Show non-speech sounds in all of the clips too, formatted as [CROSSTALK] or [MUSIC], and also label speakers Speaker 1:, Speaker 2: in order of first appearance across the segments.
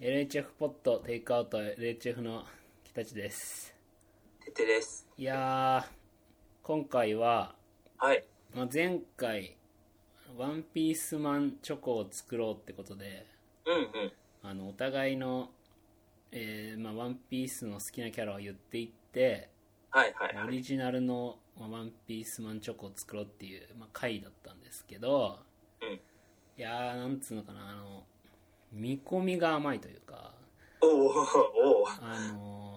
Speaker 1: LHF ポットテイクアウト LHF の北地です
Speaker 2: ててです。
Speaker 1: いやー今回は、
Speaker 2: はい。
Speaker 1: まあ、前回ワンピースマンチョコを作ろうってことで
Speaker 2: うんうん。
Speaker 1: あのお互いの、えーまあ、ワンピースの好きなキャラを言っていって
Speaker 2: はいはい
Speaker 1: オ
Speaker 2: はい。
Speaker 1: リジナルのまあワンピースマンチョコを作ろうっていう、まあ、回だったんですけど
Speaker 2: うん。
Speaker 1: いやーなんつうのかなあの見込みが甘いというか
Speaker 2: おおおお。
Speaker 1: あのー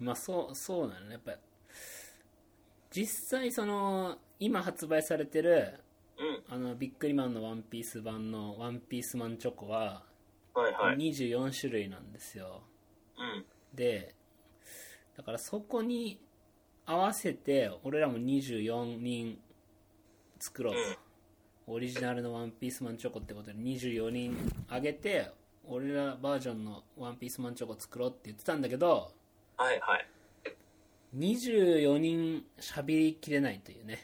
Speaker 1: まあそうそうなのねやっぱ実際その今発売されてる
Speaker 2: うん。
Speaker 1: あのビックリマンのワンピース版のワンピースマンチョコは
Speaker 2: はいはい。
Speaker 1: 24種類なんですよ、
Speaker 2: うん。
Speaker 1: でだからそこに合わせて俺らも24人作ろうとオリジナルの「ワンピースマンチョコ」ってことで24人あげて俺らバージョンの「ワンピースマンチョコ」作ろうって言ってたんだけど
Speaker 2: はいはい。 [LAUGHS]
Speaker 1: 24人喋りきれないというね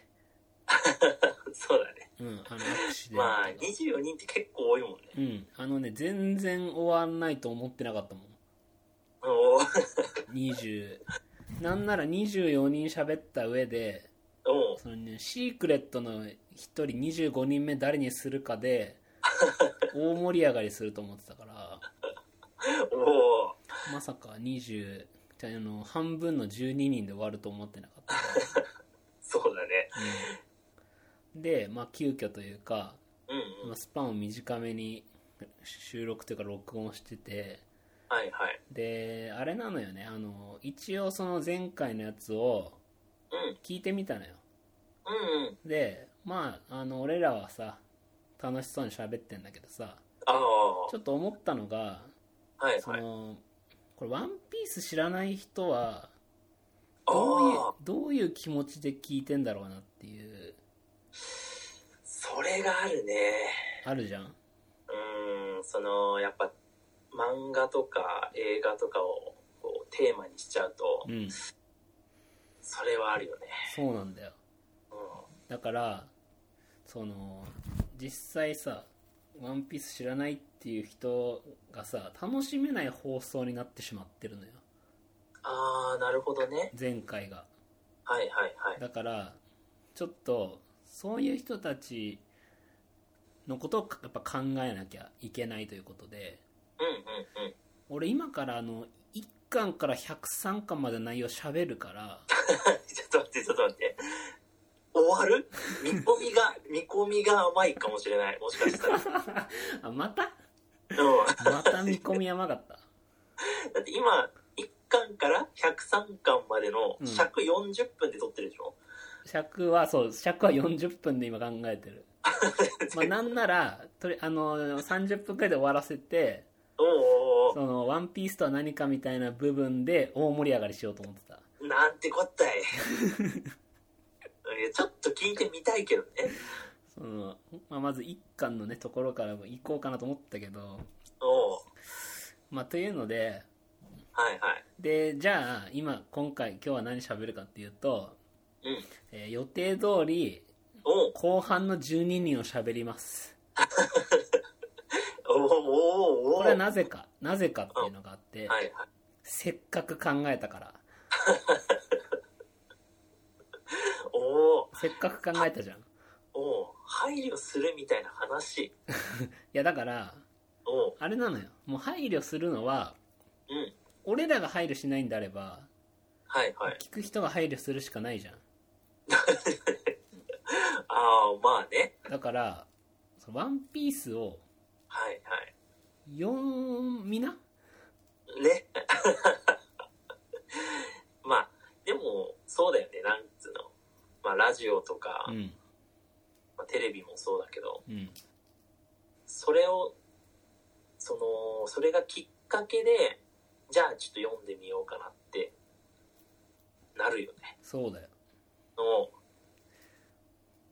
Speaker 2: そうだね。
Speaker 1: うんあのアクシデント
Speaker 2: ま
Speaker 1: が
Speaker 2: あ、24人って結構多いもんね。
Speaker 1: うんあのね全然終わんないと思ってなかったもん
Speaker 2: お [LAUGHS] お。
Speaker 1: 20なんなら24人喋った上で
Speaker 2: おお。
Speaker 1: そのね、シークレットの1人25人目誰にするかで大盛り上がりすると思ってたから
Speaker 2: おお。
Speaker 1: まさか20じゃああの半分の12人で終わると思ってなかったか
Speaker 2: そうだね。
Speaker 1: ら、うんで、まあ、急遽というか、
Speaker 2: うんう
Speaker 1: ま
Speaker 2: ん
Speaker 1: あ。スパンを短めに収録というか録音してて
Speaker 2: はいはい。
Speaker 1: であれなのよねあの一応その前回のやつを
Speaker 2: うん。
Speaker 1: 聞いてみたのよ
Speaker 2: うんうん。
Speaker 1: でまああの俺らはさ楽しそうに喋ってんだけどさ
Speaker 2: ああ。
Speaker 1: ちょっと思ったのが
Speaker 2: はい
Speaker 1: そ
Speaker 2: はい。
Speaker 1: のこれ「ワンピース知らない人は
Speaker 2: あ
Speaker 1: どういう
Speaker 2: あ。
Speaker 1: どういう気持ちで聞いてんだろうなっていう
Speaker 2: それがあるね。
Speaker 1: あるじゃん
Speaker 2: うーん。その、やっぱ、漫画とか映画とかをこうテーマにしちゃうと
Speaker 1: う、ん
Speaker 2: それはあるよね。
Speaker 1: そうなんだよ
Speaker 2: うん。
Speaker 1: だからその実際さ「ワンピース知らないっていう人がさ楽しめない放送になってしまってるのよ
Speaker 2: ああ、なるほどね。
Speaker 1: 前回が
Speaker 2: はいはいはい。
Speaker 1: だからちょっとそういう人たちのことをやっぱ考えなきゃいけないということで
Speaker 2: うんうん [LAUGHS] うん。
Speaker 1: 俺今からあの1巻から103巻まで内容喋るから
Speaker 2: ちょっと待って、ちょっと待って。終わる見込みが、 [LAUGHS] 見込みが甘いかもしれない。もしかした
Speaker 1: [LAUGHS]
Speaker 2: ら。うん。
Speaker 1: あまた
Speaker 2: だ
Speaker 1: また見込み甘かった
Speaker 2: って今、1巻から103巻までの尺40分で撮ってるでしょ、
Speaker 1: 尺はそう尺は40分で今考えてるまあなんならとりあの30分くらいで終わらせて「
Speaker 2: お [LAUGHS] うおう
Speaker 1: そのワンピースとは何か」みたいな部分で大盛り上がりしようと思ってた
Speaker 2: おうなんてこっ
Speaker 1: [LAUGHS]
Speaker 2: たい。いやちょっと聞いてみたいけどね。
Speaker 1: その、まあ、まず1巻のねところからも行こうかなと思ったけど
Speaker 2: おう
Speaker 1: まあというので
Speaker 2: はいはい。
Speaker 1: でじゃあ今今回今日は何喋るかっていうと、
Speaker 2: うん。
Speaker 1: えー予定通り
Speaker 2: おう
Speaker 1: 後半の12人を喋ります
Speaker 2: おうおうおう
Speaker 1: これはなぜかなぜかっていうのがあって、
Speaker 2: はいはい。
Speaker 1: せっかく考えたから
Speaker 2: おう
Speaker 1: せっかく考えたじゃんい
Speaker 2: おう配慮するみたいな話。
Speaker 1: やだから
Speaker 2: おう
Speaker 1: あれなのよもう配慮するのは
Speaker 2: うん。
Speaker 1: 俺らが配慮しないんであれば
Speaker 2: はいはい。
Speaker 1: 聞く人が配慮するしかないじゃん
Speaker 2: ああ、まあね。
Speaker 1: だから「そのワンピースを
Speaker 2: はいはい。
Speaker 1: 読みな
Speaker 2: ね。 [LAUGHS] まあ、でも、そうだよね、なんつうの。まあ、ラジオとか、
Speaker 1: うん
Speaker 2: まあ、テレビもそうだけど、
Speaker 1: うん
Speaker 2: それを、その、それがきっかけで、じゃあちょっと読んでみようかなって、なるよね。
Speaker 1: そうだよ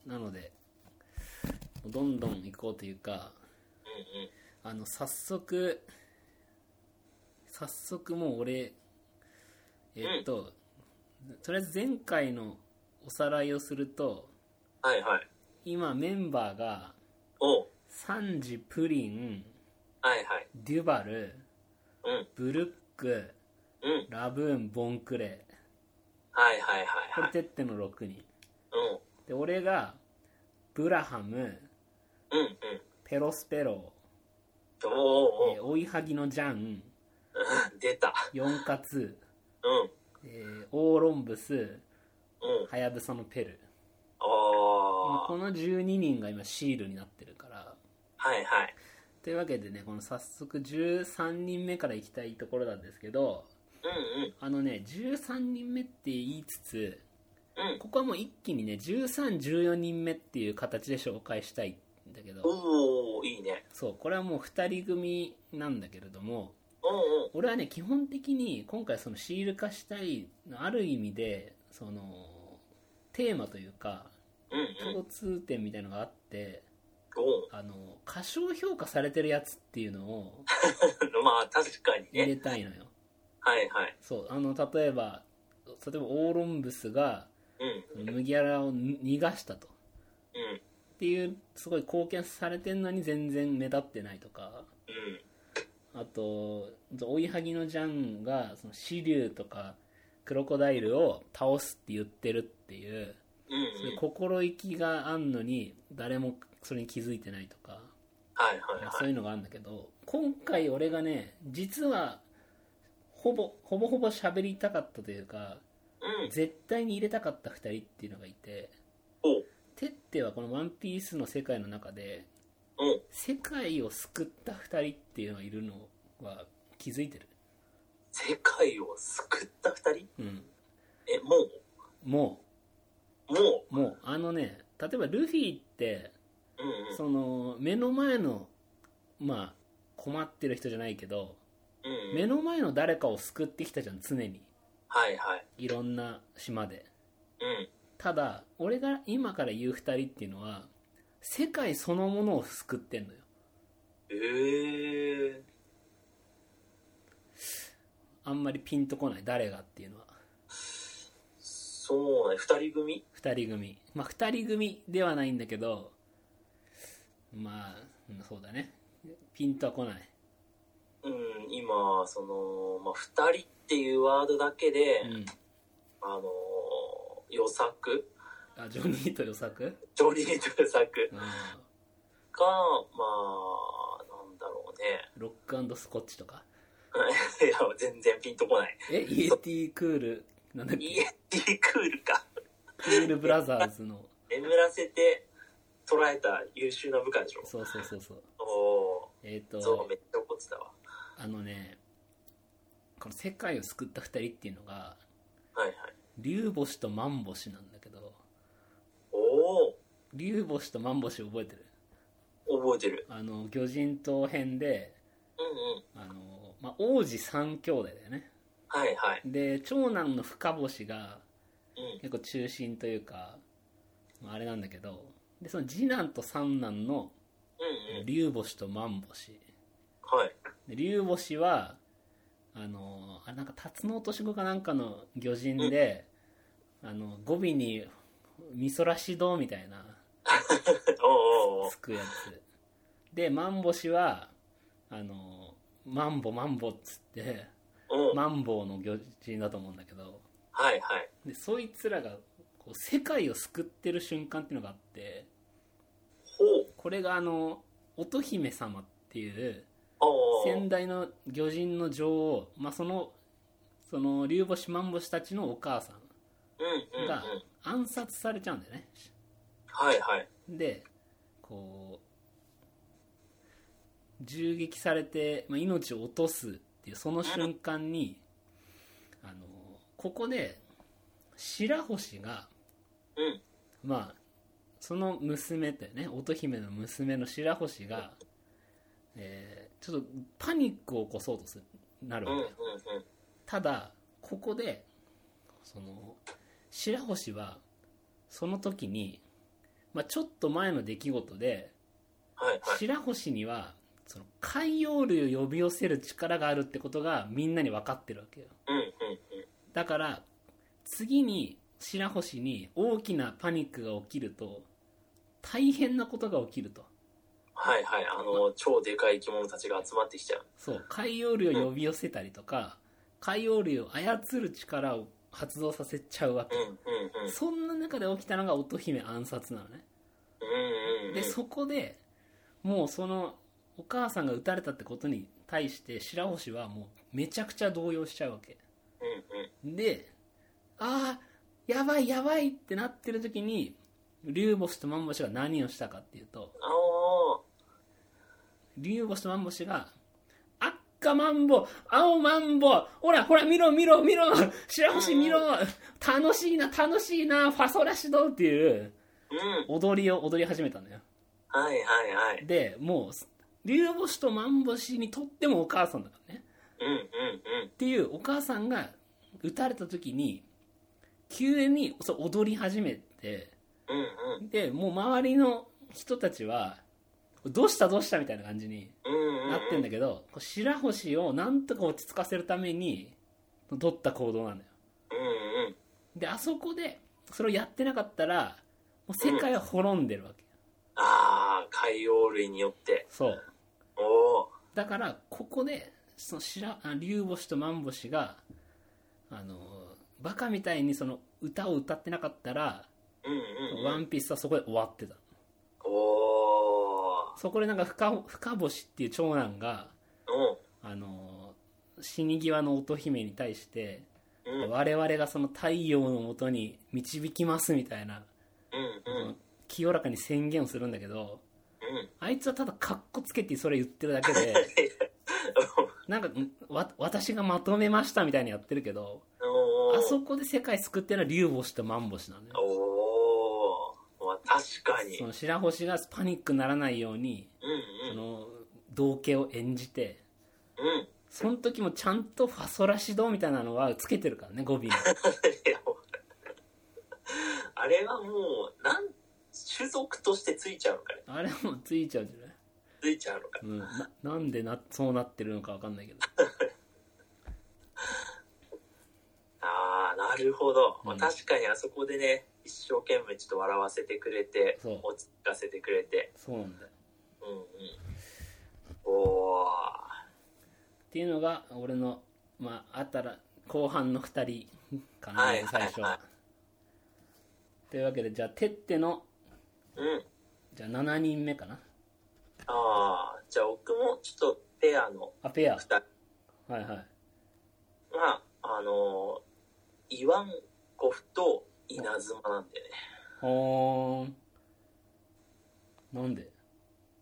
Speaker 2: の、
Speaker 1: なのでどんどん行こうというか
Speaker 2: うんうん。
Speaker 1: あの早速早速もう俺えっと、とりあえず前回のおさらいをすると
Speaker 2: はいはい。
Speaker 1: 今メンバーが
Speaker 2: おう
Speaker 1: サンジプリン
Speaker 2: はいはい。
Speaker 1: デュバル
Speaker 2: うん。
Speaker 1: ブルック
Speaker 2: うん。
Speaker 1: ラブーンボンクレー
Speaker 2: はいはいはい
Speaker 1: こ
Speaker 2: は
Speaker 1: れ
Speaker 2: い。
Speaker 1: てっての6人
Speaker 2: うん。
Speaker 1: で俺がブラハム
Speaker 2: うんうん。
Speaker 1: ペロスペロ、
Speaker 2: おおお
Speaker 1: えー追いはぎのジャン
Speaker 2: ー出た。
Speaker 1: 四活、
Speaker 2: うん。
Speaker 1: えーオーロンブス
Speaker 2: うん。
Speaker 1: ハヤブサのペル今
Speaker 2: お
Speaker 1: こ
Speaker 2: ー。
Speaker 1: の12人が今シールになってるから
Speaker 2: はいはい。
Speaker 1: というわけでねこの早速13人目からいきたいところなんですけど
Speaker 2: うんうん。
Speaker 1: あのね13人目って言いつつ
Speaker 2: うん。
Speaker 1: ここはもう一気にね1314人目っていう形で紹介したいんだけど
Speaker 2: おおいいね。
Speaker 1: そうこれはもう2人組なんだけれども
Speaker 2: うんうん。
Speaker 1: 俺はね基本的に今回そのシール化したいのある意味でそのテーマというか
Speaker 2: うんうん。
Speaker 1: 共通点みたいのがあって
Speaker 2: お
Speaker 1: あの過小評価されてるやつっていうのを
Speaker 2: ー [LAUGHS] まあ確かに
Speaker 1: 入
Speaker 2: ね。
Speaker 1: れたいのよ
Speaker 2: はいはい。
Speaker 1: そうあの例えば例えばオーロンブスが
Speaker 2: うんうん。
Speaker 1: 麦わらを逃がしたとっ
Speaker 2: うん。
Speaker 1: ていうすごい貢献されてんのに全然目立ってないとか
Speaker 2: うん。
Speaker 1: あと追いはぎのジャンがその死竜とかクロコダイルを倒すって言ってるっていう
Speaker 2: うん
Speaker 1: そういう
Speaker 2: うん。
Speaker 1: 心意気があんのに誰もそれに気づいてないとか
Speaker 2: はいはい
Speaker 1: そ
Speaker 2: は
Speaker 1: う
Speaker 2: い。
Speaker 1: いうのがあるんだけど今回俺がね実はほぼほぼほぼ喋りたかったというか
Speaker 2: うん。
Speaker 1: 絶対に入れたかった2人っていうのがいて
Speaker 2: おう
Speaker 1: テッテはこの「ワンピースの世界の中で
Speaker 2: うん。
Speaker 1: 世界を救った2人っていうのがいるのは気づいてる
Speaker 2: 世界を救った二人
Speaker 1: うん
Speaker 2: え、も
Speaker 1: も
Speaker 2: うも
Speaker 1: うもうあのね例えばルフィって
Speaker 2: ううんうん。
Speaker 1: その目の前のまあ困ってる人じゃないけど
Speaker 2: うんう
Speaker 1: 目
Speaker 2: ん。
Speaker 1: の前の誰かを救ってきたじゃん常に
Speaker 2: はいはい。
Speaker 1: いろんな島で
Speaker 2: うん。
Speaker 1: ただ俺が今から言う2人っていうのは世界そのものを救ってんのよ
Speaker 2: ええー。
Speaker 1: あんまりピンとこない誰がっていうのは
Speaker 2: そうね。二人組
Speaker 1: 2人組まあ2人組ではないんだけどまあうんそうだねピンとは来ない
Speaker 2: うん、今、その、まあ、二人っていうワードだけで、
Speaker 1: うん
Speaker 2: あのー、予作、
Speaker 1: あジョニーと予作
Speaker 2: ジョニーと予作
Speaker 1: うん
Speaker 2: か、まあ、なんだろうね。 [LAUGHS]
Speaker 1: ロックスコッチとか
Speaker 2: いや、全然ピンとこない。
Speaker 1: えイエティクールなんだっけ
Speaker 2: イエティクールか。
Speaker 1: クールブラザーズの
Speaker 2: 眠らせて捉えた優秀な部下でしょ。
Speaker 1: そうそうそうそう
Speaker 2: お
Speaker 1: えっ、
Speaker 2: ー、そ
Speaker 1: と
Speaker 2: う、めっちゃ怒ってたわ。
Speaker 1: あのねこの世界を救った2人っていうのが
Speaker 2: はいはい。
Speaker 1: 竜星と万星なんだけど
Speaker 2: お
Speaker 1: 竜星と万星覚えてる
Speaker 2: ー、覚えてる。
Speaker 1: あの魚人島編で
Speaker 2: うんうん。
Speaker 1: あの、まあ、王子三兄弟だよね
Speaker 2: はいはい。
Speaker 1: で長男の深星が
Speaker 2: うん。
Speaker 1: 結構中心というか、まあ、あれなんだけどでその次男と三男の
Speaker 2: うんうん。
Speaker 1: 竜星と万星
Speaker 2: はい。 [LAUGHS]
Speaker 1: で竜星はあのあれなんかタツノオトシゴかなんかの魚人で、あの語尾に「みそらしどう」みたいな
Speaker 2: おーおーおー
Speaker 1: つくやつでマンボ氏はあのマンボマンボっつって
Speaker 2: おー
Speaker 1: マンボウの魚人だと思うんだけど
Speaker 2: はいはい。
Speaker 1: でそいつらがこう世界を救ってる瞬間っていうのがあって
Speaker 2: ほう。
Speaker 1: これがあの乙姫様っていう
Speaker 2: おー。
Speaker 1: 先代の魚人の女王、まあ、そのその竜星マンボ氏たちのお母さ
Speaker 2: うんうん
Speaker 1: ん
Speaker 2: うん
Speaker 1: が暗殺されちゃうんだよね
Speaker 2: はいはい
Speaker 1: でこう銃撃されて、まあ、命を落とすっていうその瞬間にあのここで白星が
Speaker 2: うん
Speaker 1: まあその娘だよね乙姫の娘の白星が、えーちょっとパニックを起こそうとするなる
Speaker 2: う
Speaker 1: わ
Speaker 2: ん
Speaker 1: け
Speaker 2: うん
Speaker 1: よ、
Speaker 2: うん
Speaker 1: ただここでその白星はその時に、まあ、ちょっと前の出来事で
Speaker 2: はいはい
Speaker 1: 白星にはその海洋類を呼び寄せる力があるってことがみんなに分かってるわけよ
Speaker 2: うんうん
Speaker 1: だから次に白星に大きなパニックが起きると大変なことが起きると
Speaker 2: はいはい、あの、超でかい生き物たちが集まってきちゃう。
Speaker 1: そう海洋類を呼び寄せたりとか海洋類を操る力を発動させちゃうわ
Speaker 2: う
Speaker 1: け
Speaker 2: ん、うん、うん。
Speaker 1: そんな中で起きたのが乙姫暗殺なのね
Speaker 2: うん、うん、うん。
Speaker 1: でそこでもうそのお母さんが撃たれたってことに対して白星はもうめちゃくちゃ動揺しちゃうわけ
Speaker 2: うん、うん。
Speaker 1: でああやばいやばいってなってる時に竜星とマンボシが何をしたかっていうと
Speaker 2: あお
Speaker 1: 竜星とマンボシが「赤マンボ青マンボほらほら見ろ見ろ見ろ白星見ろ楽しいな楽しいなファソラシド」っていう
Speaker 2: ーうん。
Speaker 1: 踊りを踊り始めたのよ
Speaker 2: はいはいはい。
Speaker 1: でもう竜星とマンボシにとってもお母さんだからね
Speaker 2: うん、うん、うん
Speaker 1: っ。ていうお母さんが撃たれた時に急にそう踊り始めて
Speaker 2: うん、うん。
Speaker 1: でもう周りの人たちはどうしたどうしたみたいな感じに
Speaker 2: うん、うん。
Speaker 1: なってんだ
Speaker 2: け
Speaker 1: けど、こう白星をなんとか落ち着かせるために取った行動なんだよ
Speaker 2: ど。うん、うん。
Speaker 1: であそこでそれをやってなかったらもう世界は滅んでるわけ、
Speaker 2: ああ、海洋類によって。
Speaker 1: そう
Speaker 2: おお。
Speaker 1: だからここでその白あ竜星と万星があのバカみたいにその歌を歌ってなかったら
Speaker 2: うん、
Speaker 1: 「
Speaker 2: うん。
Speaker 1: ワンピースはそこで終わってた
Speaker 2: おお。
Speaker 1: そこでなんか深深星っていう長男が
Speaker 2: うん、
Speaker 1: あの死に際の乙姫に対して
Speaker 2: うん、うん、
Speaker 1: 我々がその太陽のもとに導きますみたいな、
Speaker 2: うん。
Speaker 1: 清らかに宣言をするんだけど
Speaker 2: うん。
Speaker 1: あいつはただカッコつけてそれ言ってるだけでなんかんわ私がまとめましたみたいにやってるけど
Speaker 2: お
Speaker 1: あそこで世界救ってるのは竜星とマンボシなのよ
Speaker 2: おお、まあ、確かに
Speaker 1: そ。の白星がパニックにならないように
Speaker 2: うん
Speaker 1: そ
Speaker 2: うん。
Speaker 1: の同型を演じて
Speaker 2: うん。
Speaker 1: その時もちゃんとファソラシドみたいなのはつけてるからね語尾
Speaker 2: [LAUGHS]
Speaker 1: に
Speaker 2: いやもうあれはもう、なん、種族としてついちゃうのかね。
Speaker 1: あれはもうついちゃうんじゃない
Speaker 2: ついちゃうのか。
Speaker 1: うん、ななんでなそうなってるのか分かんないけど
Speaker 2: ああ、なるほど。ま
Speaker 1: う
Speaker 2: あ、
Speaker 1: ん
Speaker 2: 確かにあそこでね、一生懸命ちょっと笑わせてくれて、
Speaker 1: そう
Speaker 2: 落ち着かせてくれて。
Speaker 1: そうなんだよ
Speaker 2: うんうん。おー。
Speaker 1: っていうのが俺のまああったら後半の2人かな、
Speaker 2: はい
Speaker 1: 最初
Speaker 2: はいは
Speaker 1: というわけでじゃあテッテの
Speaker 2: うん。
Speaker 1: じゃあ7人目かな
Speaker 2: ああ、じゃあ僕もちょっとペアの
Speaker 1: あペア
Speaker 2: 二人。
Speaker 1: はいはい
Speaker 2: まあ、あのー、イワンコフと稲妻なんでね。
Speaker 1: ほーんなんで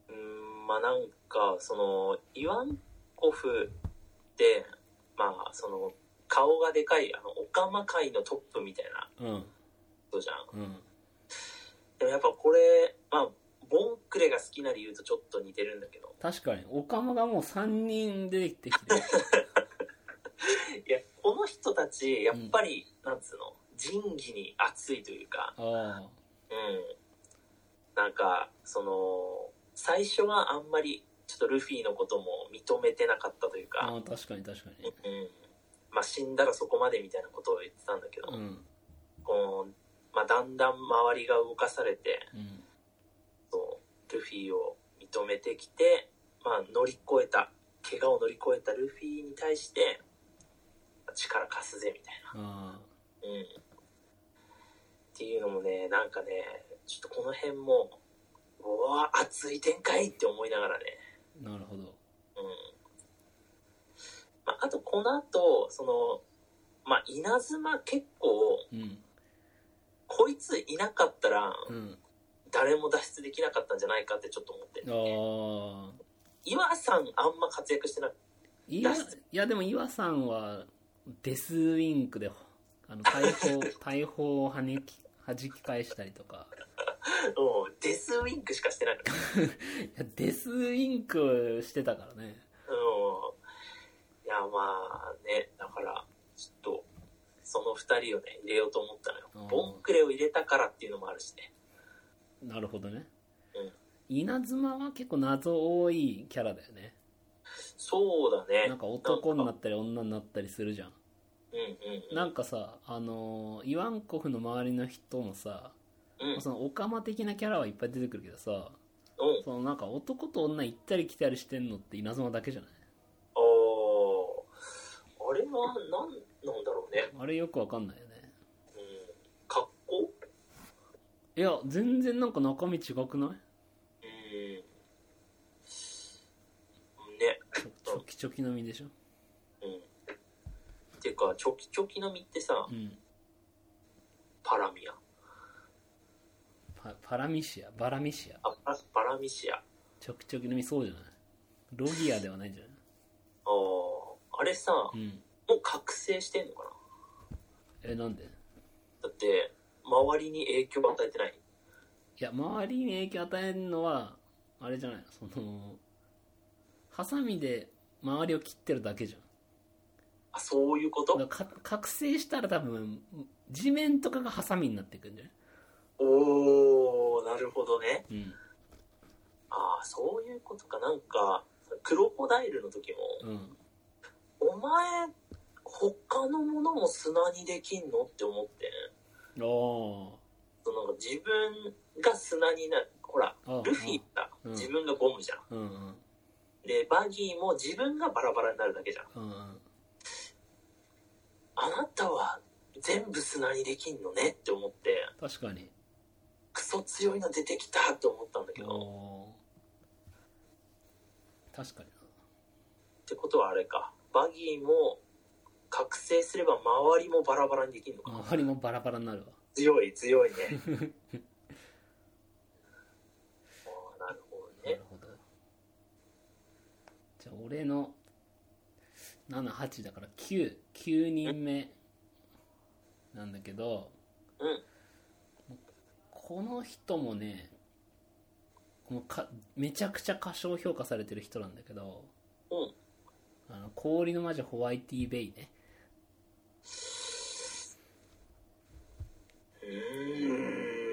Speaker 2: うーんまあなんかそのイワンコフってまあその顔がでかいあのオカマ界のトップみたいな
Speaker 1: うん
Speaker 2: 人じゃん
Speaker 1: うん
Speaker 2: でもやっぱこれまあボンクレが好きな理由とちょっと似てるんだけど
Speaker 1: 確かにオカマがもう3人出てきてきて
Speaker 2: いやこの人たちやっぱり、なんつうの仁義に熱いというか
Speaker 1: [LAUGHS] ああ
Speaker 2: うんなんかその最初はあんまりちょっとルフィのことも認めてなかったというか
Speaker 1: ああ確かに確かに
Speaker 2: うんまあ、死んだらそこまでみたいなことを言ってたんだけど、
Speaker 1: うん
Speaker 2: こうまあ、だんだん周りが動かされて
Speaker 1: うん
Speaker 2: そうルフィを認めてきて、まあ、乗り越えた怪我を乗り越えたルフィに対して力貸すぜみたい
Speaker 1: あ
Speaker 2: な、うん、っていうのもねなんかねちょっとこの辺もうわ熱い展開って思いながらね
Speaker 1: あなるほど
Speaker 2: うんまあ、あとこの後そのまあ稲妻結構
Speaker 1: うん
Speaker 2: こいついなかったら
Speaker 1: うん
Speaker 2: 誰も脱出できなかったんじゃないかってちょっと思ってる、
Speaker 1: ああ
Speaker 2: 岩さんあんま活躍してなく
Speaker 1: いやい
Speaker 2: 出す
Speaker 1: やでも岩さんはデスウィンクであの大 [LAUGHS] 砲大砲をはねき弾き返したりとか
Speaker 2: てもうデスウィンクしかしてないの、
Speaker 1: いやデスウィンクしてたからね
Speaker 2: うん、いやまあねだからちょっとその2人をね入れようと思ったのよ
Speaker 1: うん
Speaker 2: ボンクレを入れたからっていうのもあるしね
Speaker 1: なるほどね
Speaker 2: うん
Speaker 1: 稲妻は結構謎多いキャラだよね
Speaker 2: そうだね
Speaker 1: なんか男になったり女になったりするじゃん
Speaker 2: うんうんうん
Speaker 1: なんかさあのーイワンコフの周りの人もさ
Speaker 2: うん
Speaker 1: そのオカマ的なキャラはいっぱい出てくるけどさ
Speaker 2: うん。
Speaker 1: そのなんか男と女行ったり来たりしてんのって稲妻だけじゃない
Speaker 2: ああ、あれはなんなんだろうね。
Speaker 1: あれよくわかんないよね
Speaker 2: うん。格好
Speaker 1: いや全然なんか中身違くない
Speaker 2: うん。ね。
Speaker 1: ちょちょきちょきの実でしょ
Speaker 2: うん。てか、チョキチョキの実ってさ
Speaker 1: う、ん
Speaker 2: パラミア。
Speaker 1: パパラミシアバラミシア
Speaker 2: あ、パラパラミシア。あ
Speaker 1: ちょきちょきの実そうじゃないロギアではないんじゃない
Speaker 2: あ、あれさ、も
Speaker 1: うん
Speaker 2: う覚醒してんのかな
Speaker 1: えなんで
Speaker 2: だって、周りに影響を与えてない。
Speaker 1: いや周りに影響与えるのはあれじゃないのそのハサミで周りを切ってるだけじゃん
Speaker 2: あ、そういうこと
Speaker 1: だからか覚醒したら多分地面とかがハサミになっていくんじゃない
Speaker 2: おー、なるほどね。
Speaker 1: うん
Speaker 2: ああ、そういうことか。なんか、クロコダイルの時も、
Speaker 1: うん
Speaker 2: お前、他のものも砂にできんのって思って。
Speaker 1: あ
Speaker 2: そのなんか自分が砂になる。ほら
Speaker 1: ああ、
Speaker 2: ルフィだ。
Speaker 1: うん
Speaker 2: 自分がゴムじゃん。
Speaker 1: あうんうん
Speaker 2: で、バギーも自分がバラバラになるだけじゃ
Speaker 1: う
Speaker 2: ん。
Speaker 1: んうん
Speaker 2: あなたは全部砂にできんのねって思って、
Speaker 1: 確かに
Speaker 2: クソ強いの出てきたと思ったんだけど。っ
Speaker 1: おー確かに
Speaker 2: てことはあれか。バギーも覚醒すれば周りもバラバラにできんのか。
Speaker 1: な周りもバラバラになるわ
Speaker 2: 強い
Speaker 1: [LAUGHS]
Speaker 2: 強いねああなるほど
Speaker 1: な
Speaker 2: ね
Speaker 1: るほどじゃあ俺の78だから99人目なんだけど
Speaker 2: うん
Speaker 1: この人もねもうかめちゃくちゃ過小評価されてる人なんだけど
Speaker 2: うん
Speaker 1: あの氷の魔女ホワイティベイね
Speaker 2: うーん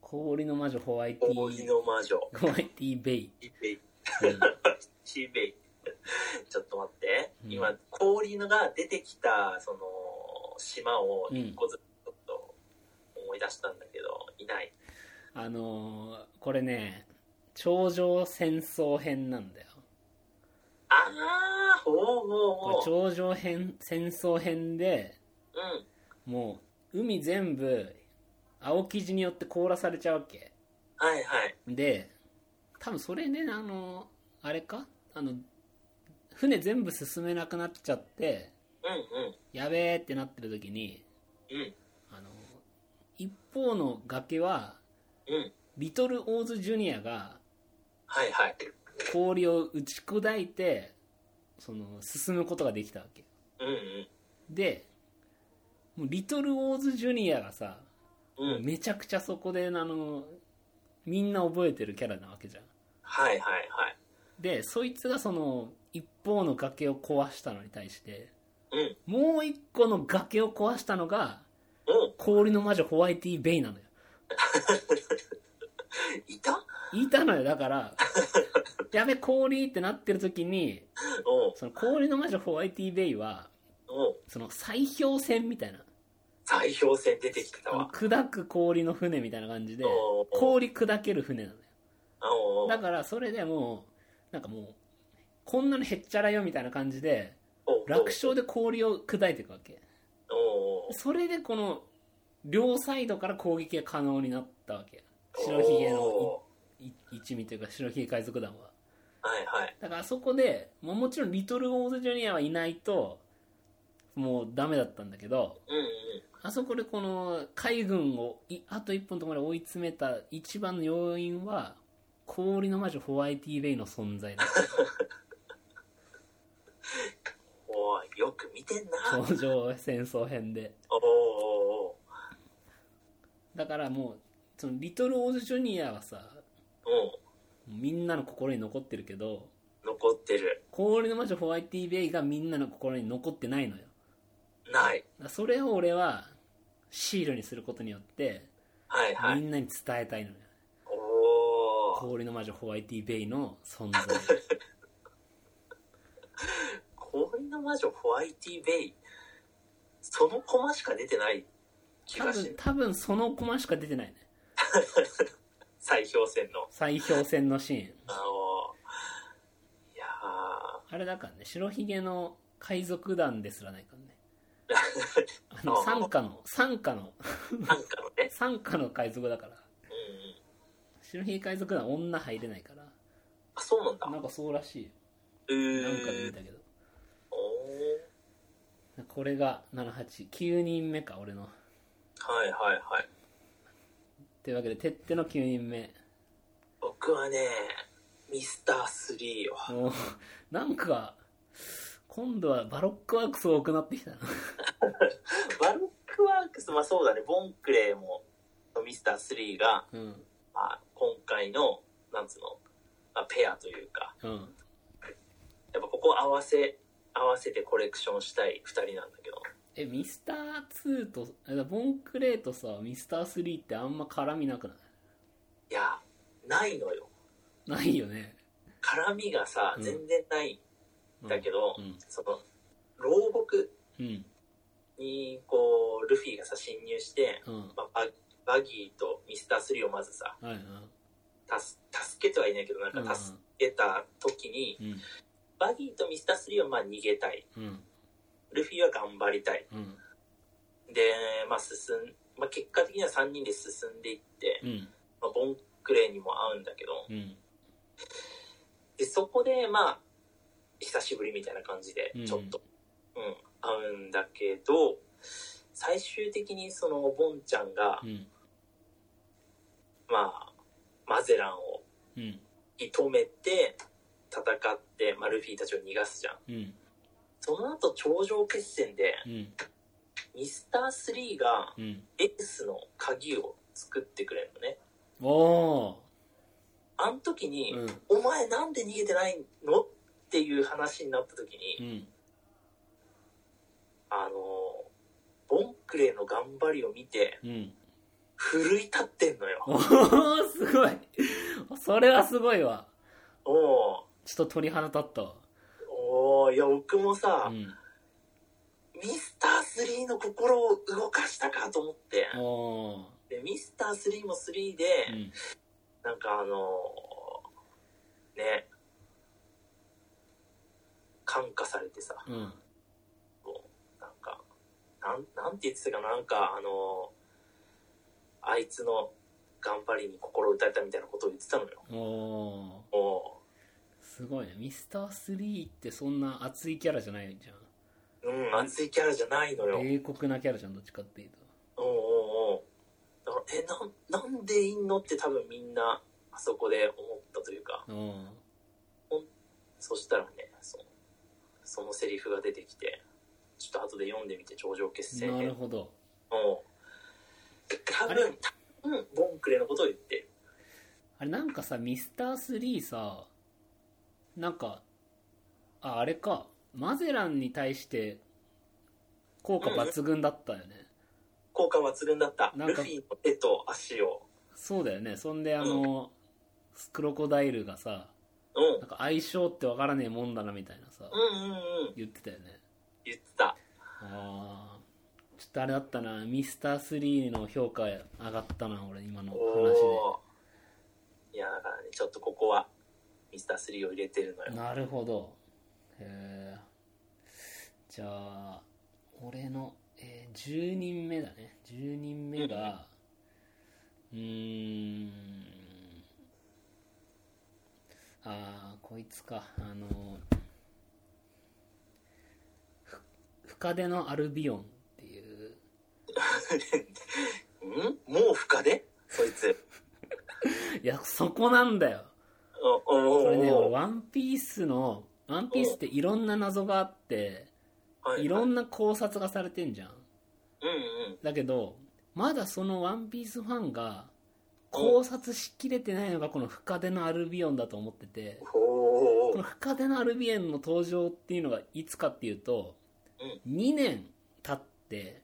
Speaker 1: 氷の魔女ホワイティ
Speaker 2: 氷の魔女
Speaker 1: ホワイティベ
Speaker 2: [LAUGHS]
Speaker 1: イ、
Speaker 2: ヒベイ
Speaker 1: うん
Speaker 2: ヒベイちょっと待って、
Speaker 1: うん
Speaker 2: 今氷のが出てきたその島を一個ずつちょっと思い出したんだけどいない
Speaker 1: あのーこれね頂上戦争編なんだよ
Speaker 2: ああほうほう
Speaker 1: これ
Speaker 2: ほう
Speaker 1: 頂上編戦争編で
Speaker 2: うん
Speaker 1: もう海全部青生地によって凍らされちゃうわけ
Speaker 2: はいはい
Speaker 1: で多分それねあのあれかあの船全部進めなくなっちゃって
Speaker 2: うん
Speaker 1: やべーってなってる時に
Speaker 2: うんうん
Speaker 1: あの一方の崖は
Speaker 2: うん
Speaker 1: リトル・オーズ・ジュニアが
Speaker 2: はいはい
Speaker 1: 氷を打ち砕いてその進むことができたわけ
Speaker 2: うんうん
Speaker 1: でもうリトル・オーズ・ジュニアがさ、
Speaker 2: うん
Speaker 1: めちゃくちゃそこであのみんな覚えてるキャラなわけじゃん
Speaker 2: はいはいはい
Speaker 1: でそいつがその一方の崖を壊したのに対して
Speaker 2: うん
Speaker 1: もう一個の崖を壊したのが
Speaker 2: うん
Speaker 1: 氷の魔女ホワイティ・ベイなのよ
Speaker 2: いた
Speaker 1: いたのよだからやべ氷ってなってる時に
Speaker 2: おう
Speaker 1: その氷の魔女ホワイティ・ベイは
Speaker 2: おう
Speaker 1: その砕氷船みたいな
Speaker 2: 砕氷船出てきたわ。
Speaker 1: 砕く氷の船みたいな感じで
Speaker 2: おー
Speaker 1: 氷砕ける船なのよ
Speaker 2: おうおう
Speaker 1: だからそれでもうなんかもうこんなのへっちゃらよみたいな感じで
Speaker 2: おう
Speaker 1: 楽勝で氷を砕いていくわけ
Speaker 2: おうおう
Speaker 1: それでこの両サイドから攻撃が可能になったわけ白ひげの
Speaker 2: おう
Speaker 1: いい一味というか白ひげ海賊団は
Speaker 2: はいはい。
Speaker 1: だからあそこで、まあ、もちろんリトル・オーズ・ジュニアはいないともうダメだったんだけど
Speaker 2: うんうん。
Speaker 1: あそこでこの海軍をいあと一本のところまで追い詰めた一番の要因は氷の魔女ホワイティ・ベイの存在だ
Speaker 2: おい、よく見てんな。
Speaker 1: 頂上戦争編で
Speaker 2: おうおう
Speaker 1: だからもうそのリトル・オーズ・ジュニアはさ
Speaker 2: おうおう
Speaker 1: みんなの心に残ってるけど
Speaker 2: 残ってる。
Speaker 1: 氷の魔女ホワイティ・ベイがみんなの心に残ってないのよ
Speaker 2: ない。
Speaker 1: だからそれを俺はシールにすることによって
Speaker 2: はいは
Speaker 1: み
Speaker 2: い。
Speaker 1: んなに伝えたいのよ、
Speaker 2: おお
Speaker 1: 氷の魔女ホワイティ・ベイの存在
Speaker 2: [LAUGHS] 氷の魔女ホワイティベイ。そのコマしか出てない気
Speaker 1: 多
Speaker 2: がし
Speaker 1: 分
Speaker 2: る。
Speaker 1: 多分そのコマしか出てないね
Speaker 2: 砕氷船の。
Speaker 1: 砕氷船のシーン
Speaker 2: あのいや
Speaker 1: あれだからね白ひげの海賊団ですらないからねあの
Speaker 2: あー [LAUGHS]
Speaker 1: 傘下の傘下の
Speaker 2: ー、なんかのね、
Speaker 1: 傘下の海賊だから
Speaker 2: うんうん。
Speaker 1: 白ひげ海賊団女入れないから
Speaker 2: あ、そうなんだ。
Speaker 1: なんかそうらし
Speaker 2: う
Speaker 1: いなんかで
Speaker 2: ー
Speaker 1: 見
Speaker 2: ん。
Speaker 1: たけど
Speaker 2: おー
Speaker 1: これが789人目か俺の
Speaker 2: はいはいはい。
Speaker 1: というわけでてっての9人目
Speaker 2: 僕はね、ミスター3を。
Speaker 1: もうなんか今度はバロックワークス多くなってきたな
Speaker 2: バロックワークス、まあそうだね、ボンクレーも、ミスター3が、
Speaker 1: うん
Speaker 2: まあ、今回の、なんつうの、まあ、ペアというか、
Speaker 1: うん
Speaker 2: やっぱここ合わせ、合わせてコレクションしたい2人なんだけど。
Speaker 1: えミスター2とあボンクレーとさミスター3ってあんま絡みなくない
Speaker 2: いや、ないのよ。
Speaker 1: ないよね
Speaker 2: 絡みがさ、
Speaker 1: うん
Speaker 2: 全然ないんだけど、
Speaker 1: うん
Speaker 2: その、牢獄
Speaker 1: うん
Speaker 2: に、こう、ルフィがさ、侵入して、
Speaker 1: うん
Speaker 2: まあ、ババギーとミスター3をまずさ、
Speaker 1: はいはい
Speaker 2: たす助けてはいないけど、なんか助けた時に、
Speaker 1: うん
Speaker 2: バギーとミスター3はまあ逃げたい。
Speaker 1: うん
Speaker 2: ルフィは頑張りたい。
Speaker 1: うん
Speaker 2: で、まあ進ん、まあ結果的には3人で進んでいって、
Speaker 1: うん
Speaker 2: まあ、ボンクレーにも会うんだけど、
Speaker 1: うん
Speaker 2: で、そこでまあ、久しぶりみたいな感じで
Speaker 1: うん、
Speaker 2: ちょっと、うん、会うんだけど、最終的にその、ボンちゃんが
Speaker 1: う、ん
Speaker 2: まあ、マゼランを
Speaker 1: うん
Speaker 2: 射止めて、戦って、まあ、ルフィたちを逃がすじゃん。
Speaker 1: うん
Speaker 2: その後、頂上決戦で、
Speaker 1: うん
Speaker 2: ミスター3が
Speaker 1: うん
Speaker 2: エースの鍵を作ってくれるのね。
Speaker 1: おお
Speaker 2: あの時に、
Speaker 1: うん
Speaker 2: お前なんで逃げてないのっていう話になった時
Speaker 1: う
Speaker 2: に、
Speaker 1: ん
Speaker 2: あのー、ボンクレーの頑張りを見て、
Speaker 1: うん
Speaker 2: 奮い立ってんのよ。
Speaker 1: おおすごいそれはすごいわ
Speaker 2: お
Speaker 1: ちょっと鳥肌立ったわ
Speaker 2: ーおーいや、僕もさ
Speaker 1: う、ん
Speaker 2: ミスター3の心を動かしたかと思って、
Speaker 1: おお
Speaker 2: でミスター3も3で、
Speaker 1: ーうん
Speaker 2: なんかあのー、ね、感化されてさ、
Speaker 1: うん
Speaker 2: こうなんか、なん、なんて言ってたかな、なんか、あの、あいつの頑張りに心を打たれたみたいなことを言ってたのよ。
Speaker 1: おお
Speaker 2: も
Speaker 1: すごいねミスター3ってそんな熱いキャラじゃないじゃん
Speaker 2: う、うん、熱いキャラじゃないのよ。
Speaker 1: 冷酷なキャラじゃんどっちかっていうと
Speaker 2: おうおうおうだから、え、なん、なんでいんのって多分みんな、あそこで思ったというか、
Speaker 1: うん
Speaker 2: そしたらね、その、そのセリフが出てきて、ちょっと後で読んでみて、頂上決戦
Speaker 1: なる
Speaker 2: 編。
Speaker 1: ほど
Speaker 2: おう多
Speaker 1: あれ
Speaker 2: 分、多分、ボンクレのことを言ってる。
Speaker 1: あれなんかさミスター3さなんかああれかマゼランに対して効果抜群だったよね、
Speaker 2: 効果抜群だった。
Speaker 1: なん
Speaker 2: ル
Speaker 1: か
Speaker 2: フィの手と足を。
Speaker 1: そうだよねそんであの、クロコダイルがさ
Speaker 2: うん。
Speaker 1: なんか相性ってわからねえもんだなみたいなさ、
Speaker 2: うんうんうん。
Speaker 1: 言ってたよね
Speaker 2: 言ってた。
Speaker 1: ああちょっとあれだったなミスター3の評価上がったな俺今の
Speaker 2: お
Speaker 1: 話で
Speaker 2: おー。いや、だからね、ちょっとここは、ミスター3を入れてるのよ。
Speaker 1: なるほどへえじゃあ俺の、えー10人目だね10人目がうーんああこいつかあのふ深手のアルビオンっていう
Speaker 2: んもう深でそいつ。
Speaker 1: いやそこなんだよ
Speaker 2: おお
Speaker 1: これね、俺
Speaker 2: お
Speaker 1: ワンピースの、ワンピースっていろんな謎があって、いろ
Speaker 2: な。
Speaker 1: んな考察がされてんじゃん。
Speaker 2: うんうん。
Speaker 1: だけど、まだそのワンピースファンが、考察しきれてないのがこの深手のアルビオンだと思ってて、
Speaker 2: おお
Speaker 1: この深手のアルビオンの登場っていうのがいつかっていうと、2年経って、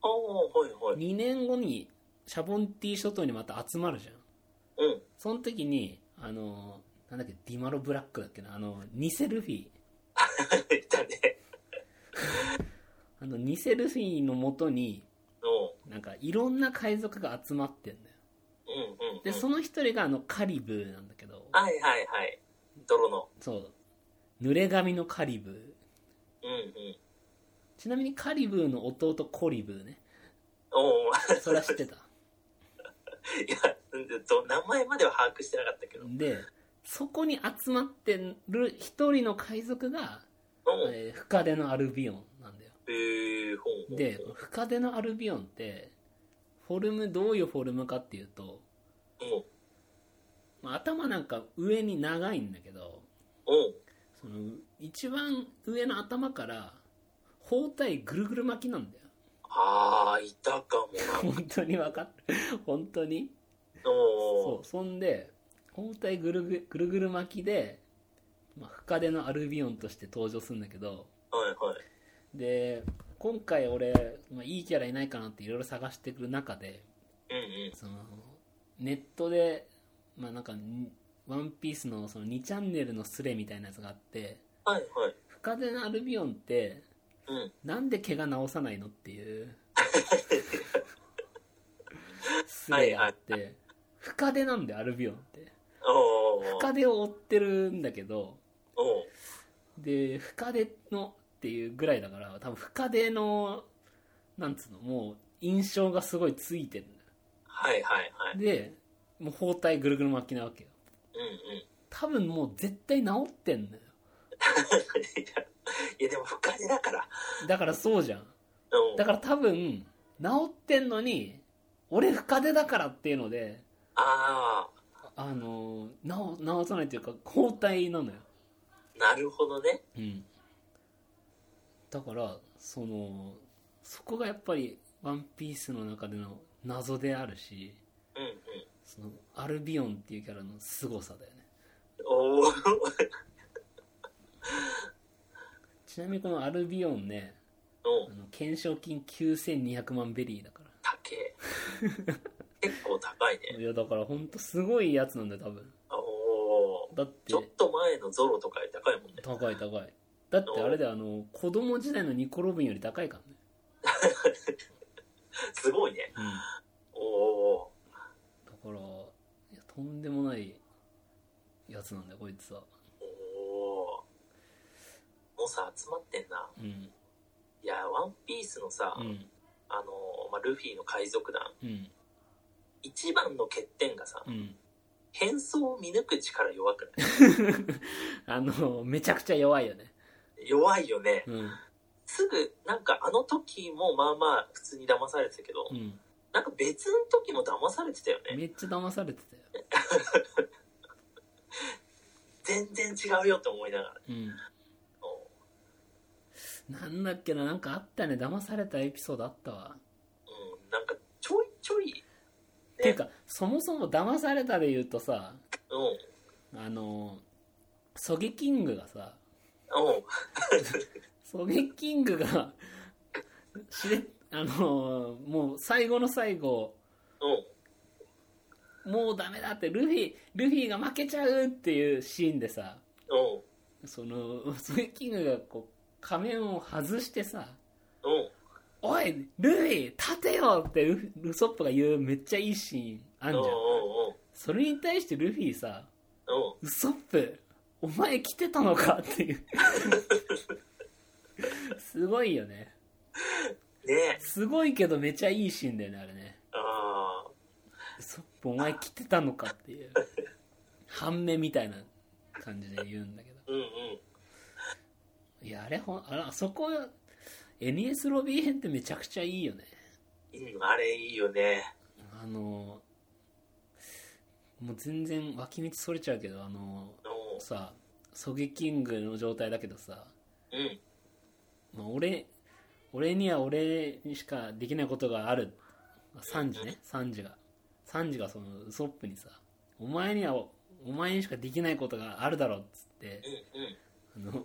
Speaker 2: おおはいはい。
Speaker 1: 2年後にシャボンティ諸島にまた集まるじゃん。
Speaker 2: うん。 [LAUGHS]
Speaker 1: その時に、あの、なんだっけ、ディマロブラックだっけな、あの、ニセルフィー。
Speaker 2: 言ったね。
Speaker 1: あの、偽ルフィのもとに、
Speaker 2: お
Speaker 1: なんかいろんな海賊が集まってんだよ。
Speaker 2: うんうん。
Speaker 1: でその一人があのカリブーなんだけど
Speaker 2: はいはいはい。泥の。
Speaker 1: そう濡れ髪のカリブー
Speaker 2: うんうん。
Speaker 1: ちなみにカリブーの弟コリブーね
Speaker 2: おお。
Speaker 1: それは知ってた
Speaker 2: [LAUGHS] いや、ど名前までは把握してなかったけど。うん。
Speaker 1: でそこに集まってる一人の海賊が、え
Speaker 2: え
Speaker 1: ー深手のアルビオンなんだよ
Speaker 2: ー、ほうほうほう
Speaker 1: で深手のアルビオンってフォルムどういうフォルムかっていうと、
Speaker 2: うん。
Speaker 1: まあ、頭なんか上に長いんだけど
Speaker 2: うん。
Speaker 1: その一番上の頭から包帯ぐるぐる巻きなんだよ [LAUGHS]
Speaker 2: ああ、いたかもな。
Speaker 1: 本当にわかる本当に
Speaker 2: お
Speaker 1: そうそんで包帯ぐるぐぐるぐる巻きで、まあ、深手のアルビオンとして登場するんだけど
Speaker 2: お。はいはい。
Speaker 1: で今回俺、まあ、いいキャラいないかなっていろいろ探してくる中で
Speaker 2: うんうん。
Speaker 1: そのネットで、まあ、なんかにワンピースのその2チャンネルのスレみたいなやつがあって
Speaker 2: はいはい。
Speaker 1: 深手のアルビオンって
Speaker 2: うん。
Speaker 1: なんで毛が治さないのって [LAUGHS] いうス
Speaker 2: はい
Speaker 1: レがあって深手なんでアルビオンって
Speaker 2: おお。
Speaker 1: 深手を追ってるんだけど
Speaker 2: おお。
Speaker 1: で深手のっていうぐらいだから多分深手のなんつうのもう印象がすごいついてるん
Speaker 2: はいはいはい。
Speaker 1: だよでもう包帯ぐるぐる巻きなわけよ
Speaker 2: うんうん。 [LAUGHS]
Speaker 1: 多分もう絶対治ってんのよ
Speaker 2: いやいやでも深手だから。
Speaker 1: だからそうじゃん
Speaker 2: うん。
Speaker 1: だから多分治ってんのに俺深手だからっていうので
Speaker 2: あ
Speaker 1: あの直直さないというか交代なのよ、
Speaker 2: あ、なるほどね。
Speaker 1: うん、だからそのそこがやっぱり「ワンピースの中での謎であるし
Speaker 2: うんうん。
Speaker 1: そのアルビオンっていうキャラの凄さだよね
Speaker 2: おお。 [LAUGHS] うん。
Speaker 1: ちなみにこのアルビオンねあの懸賞金9200万ベリーだか
Speaker 2: 高え。結構高い
Speaker 1: ら
Speaker 2: ね。
Speaker 1: いやだからほんとすごいやつなんだよ多分
Speaker 2: おお。
Speaker 1: だって
Speaker 2: ちょっと前のゾロとかより高いもんね。
Speaker 1: 高い高いだってあれであの子供時代のニコ・ロビンより高いからね、
Speaker 2: すごいね。
Speaker 1: うん
Speaker 2: おお
Speaker 1: だからいやとんでもないやつなんだよこいつは
Speaker 2: ー。おおー。もうさ、集まってんな。
Speaker 1: うん
Speaker 2: いや、ワンピースのさ、
Speaker 1: うん
Speaker 2: あのー、まあ、ルフィの海賊団、
Speaker 1: うん
Speaker 2: 一番の欠点がさ、
Speaker 1: うん
Speaker 2: 変装を見抜く力弱くな
Speaker 1: あのめちゃくちゃ弱いよね
Speaker 2: い弱いよね。
Speaker 1: うん
Speaker 2: すぐ、なんかあの時もまあまあ普通に騙されてたけど、
Speaker 1: うん
Speaker 2: なんか別の時も騙されてたよね。
Speaker 1: めっちゃ騙されてたよ
Speaker 2: 全然違うよって思いながら。
Speaker 1: うん
Speaker 2: おー
Speaker 1: なんだっけななんかあったね騙されたエピソードあったわ
Speaker 2: うん、なんかちょいちょい、
Speaker 1: ていうかそもそも騙されたで言うとさ
Speaker 2: うん、
Speaker 1: あのソゲキングがさ
Speaker 2: うん、
Speaker 1: ソゲキングがしれあのもう最後の最後
Speaker 2: うん。
Speaker 1: もうダメだってルフィルフィが負けちゃうっていうシーンでさ
Speaker 2: うん、
Speaker 1: その [LAUGHS] ソゲキングがこう仮面を外してさ
Speaker 2: うん。
Speaker 1: 「おいルフィ立てよ!」ってウフウソップが言うめっちゃいいシーンあん
Speaker 2: うん、
Speaker 1: じ
Speaker 2: う
Speaker 1: ゃ
Speaker 2: ん
Speaker 1: ん、それに対してルフィさ
Speaker 2: うん、うん。
Speaker 1: 「ウソップお前来てたのか」っていう [LAUGHS] すごいよね
Speaker 2: ねえ。
Speaker 1: すごいけどめちゃいいシーンだよねあれね
Speaker 2: ああ、
Speaker 1: 「ウソップお前来てたのか」っていう半目みたいな感じで言うんだけど
Speaker 2: うん、うん。
Speaker 1: いやあれほんあらあそこ NS ロビー編ってめちゃくちゃいいよね
Speaker 2: うん、あれいいよね。
Speaker 1: あのもう全然脇道それちゃうけどあの
Speaker 2: う
Speaker 1: さソゲキングの状態だけどさ、
Speaker 2: ん、うん、
Speaker 1: まあ、俺俺には俺にしかできないことがあるあサンジねサンジがサンジがそのウソップにさお前にはおお前にしかできないことがあるだろうっつって
Speaker 2: う
Speaker 1: あの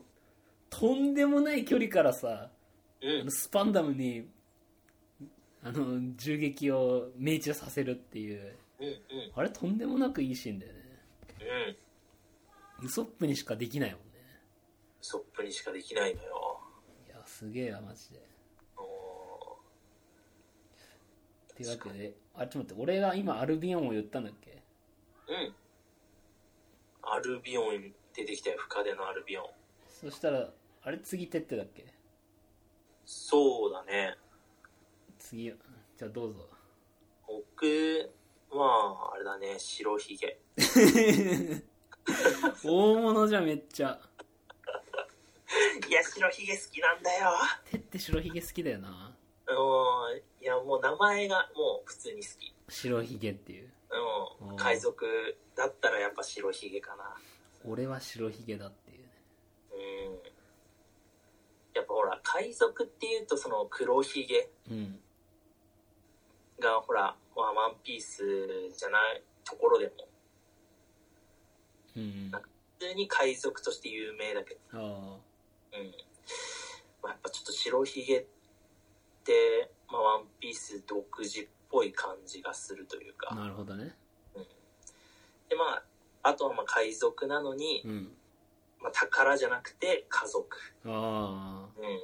Speaker 1: とんでもない距離からさ
Speaker 2: ん、
Speaker 1: あ
Speaker 2: うん
Speaker 1: の。スパンダムにあの銃撃を命中させるっていう
Speaker 2: うん、うん、
Speaker 1: あれとんでもなくいいシーンだよね
Speaker 2: うん。
Speaker 1: ウソップにしかできないもんね
Speaker 2: ソップにしかできないのよ。
Speaker 1: いやすげえわマジで
Speaker 2: おー
Speaker 1: というわけで、あ、ちょっと待って、俺が今アルビオンを言ったんだっけ
Speaker 2: うん。アルビオン出てきたよ、深手のアルビオン。
Speaker 1: そしたら、あれ次テッテだっけ
Speaker 2: そうだね。
Speaker 1: 次、じゃあどうぞ。
Speaker 2: 僕は、あれだね、白ひげ。
Speaker 1: 大物じゃんめっちゃ。
Speaker 2: [LAUGHS] いや、白ひげ好きなんだよ。
Speaker 1: テッテ白ひげ好きだよな。
Speaker 2: もう、いや、もう名前がもう普通に好き。
Speaker 1: 白ひげっていう。
Speaker 2: う
Speaker 1: お
Speaker 2: ん。
Speaker 1: ー
Speaker 2: 海賊だったらやっぱ白ひげかな。
Speaker 1: 俺は白ひげだっていうね。
Speaker 2: うん。やっぱほら、海賊っていうとその黒ひげ
Speaker 1: うん。
Speaker 2: がほら、まあ、ワンピースじゃないところでも、
Speaker 1: うん。あ
Speaker 2: 普通に海賊として有名だけど、
Speaker 1: あ。
Speaker 2: うん。まあ、やっぱちょっと白ひげって、まあ、ワンピース独自っぽい感じがするというか。
Speaker 1: なるほどね。
Speaker 2: で、まあ、あとはまあ海賊なのに、
Speaker 1: うん。
Speaker 2: まあ、宝じゃなくて家族。
Speaker 1: ああ。
Speaker 2: うん。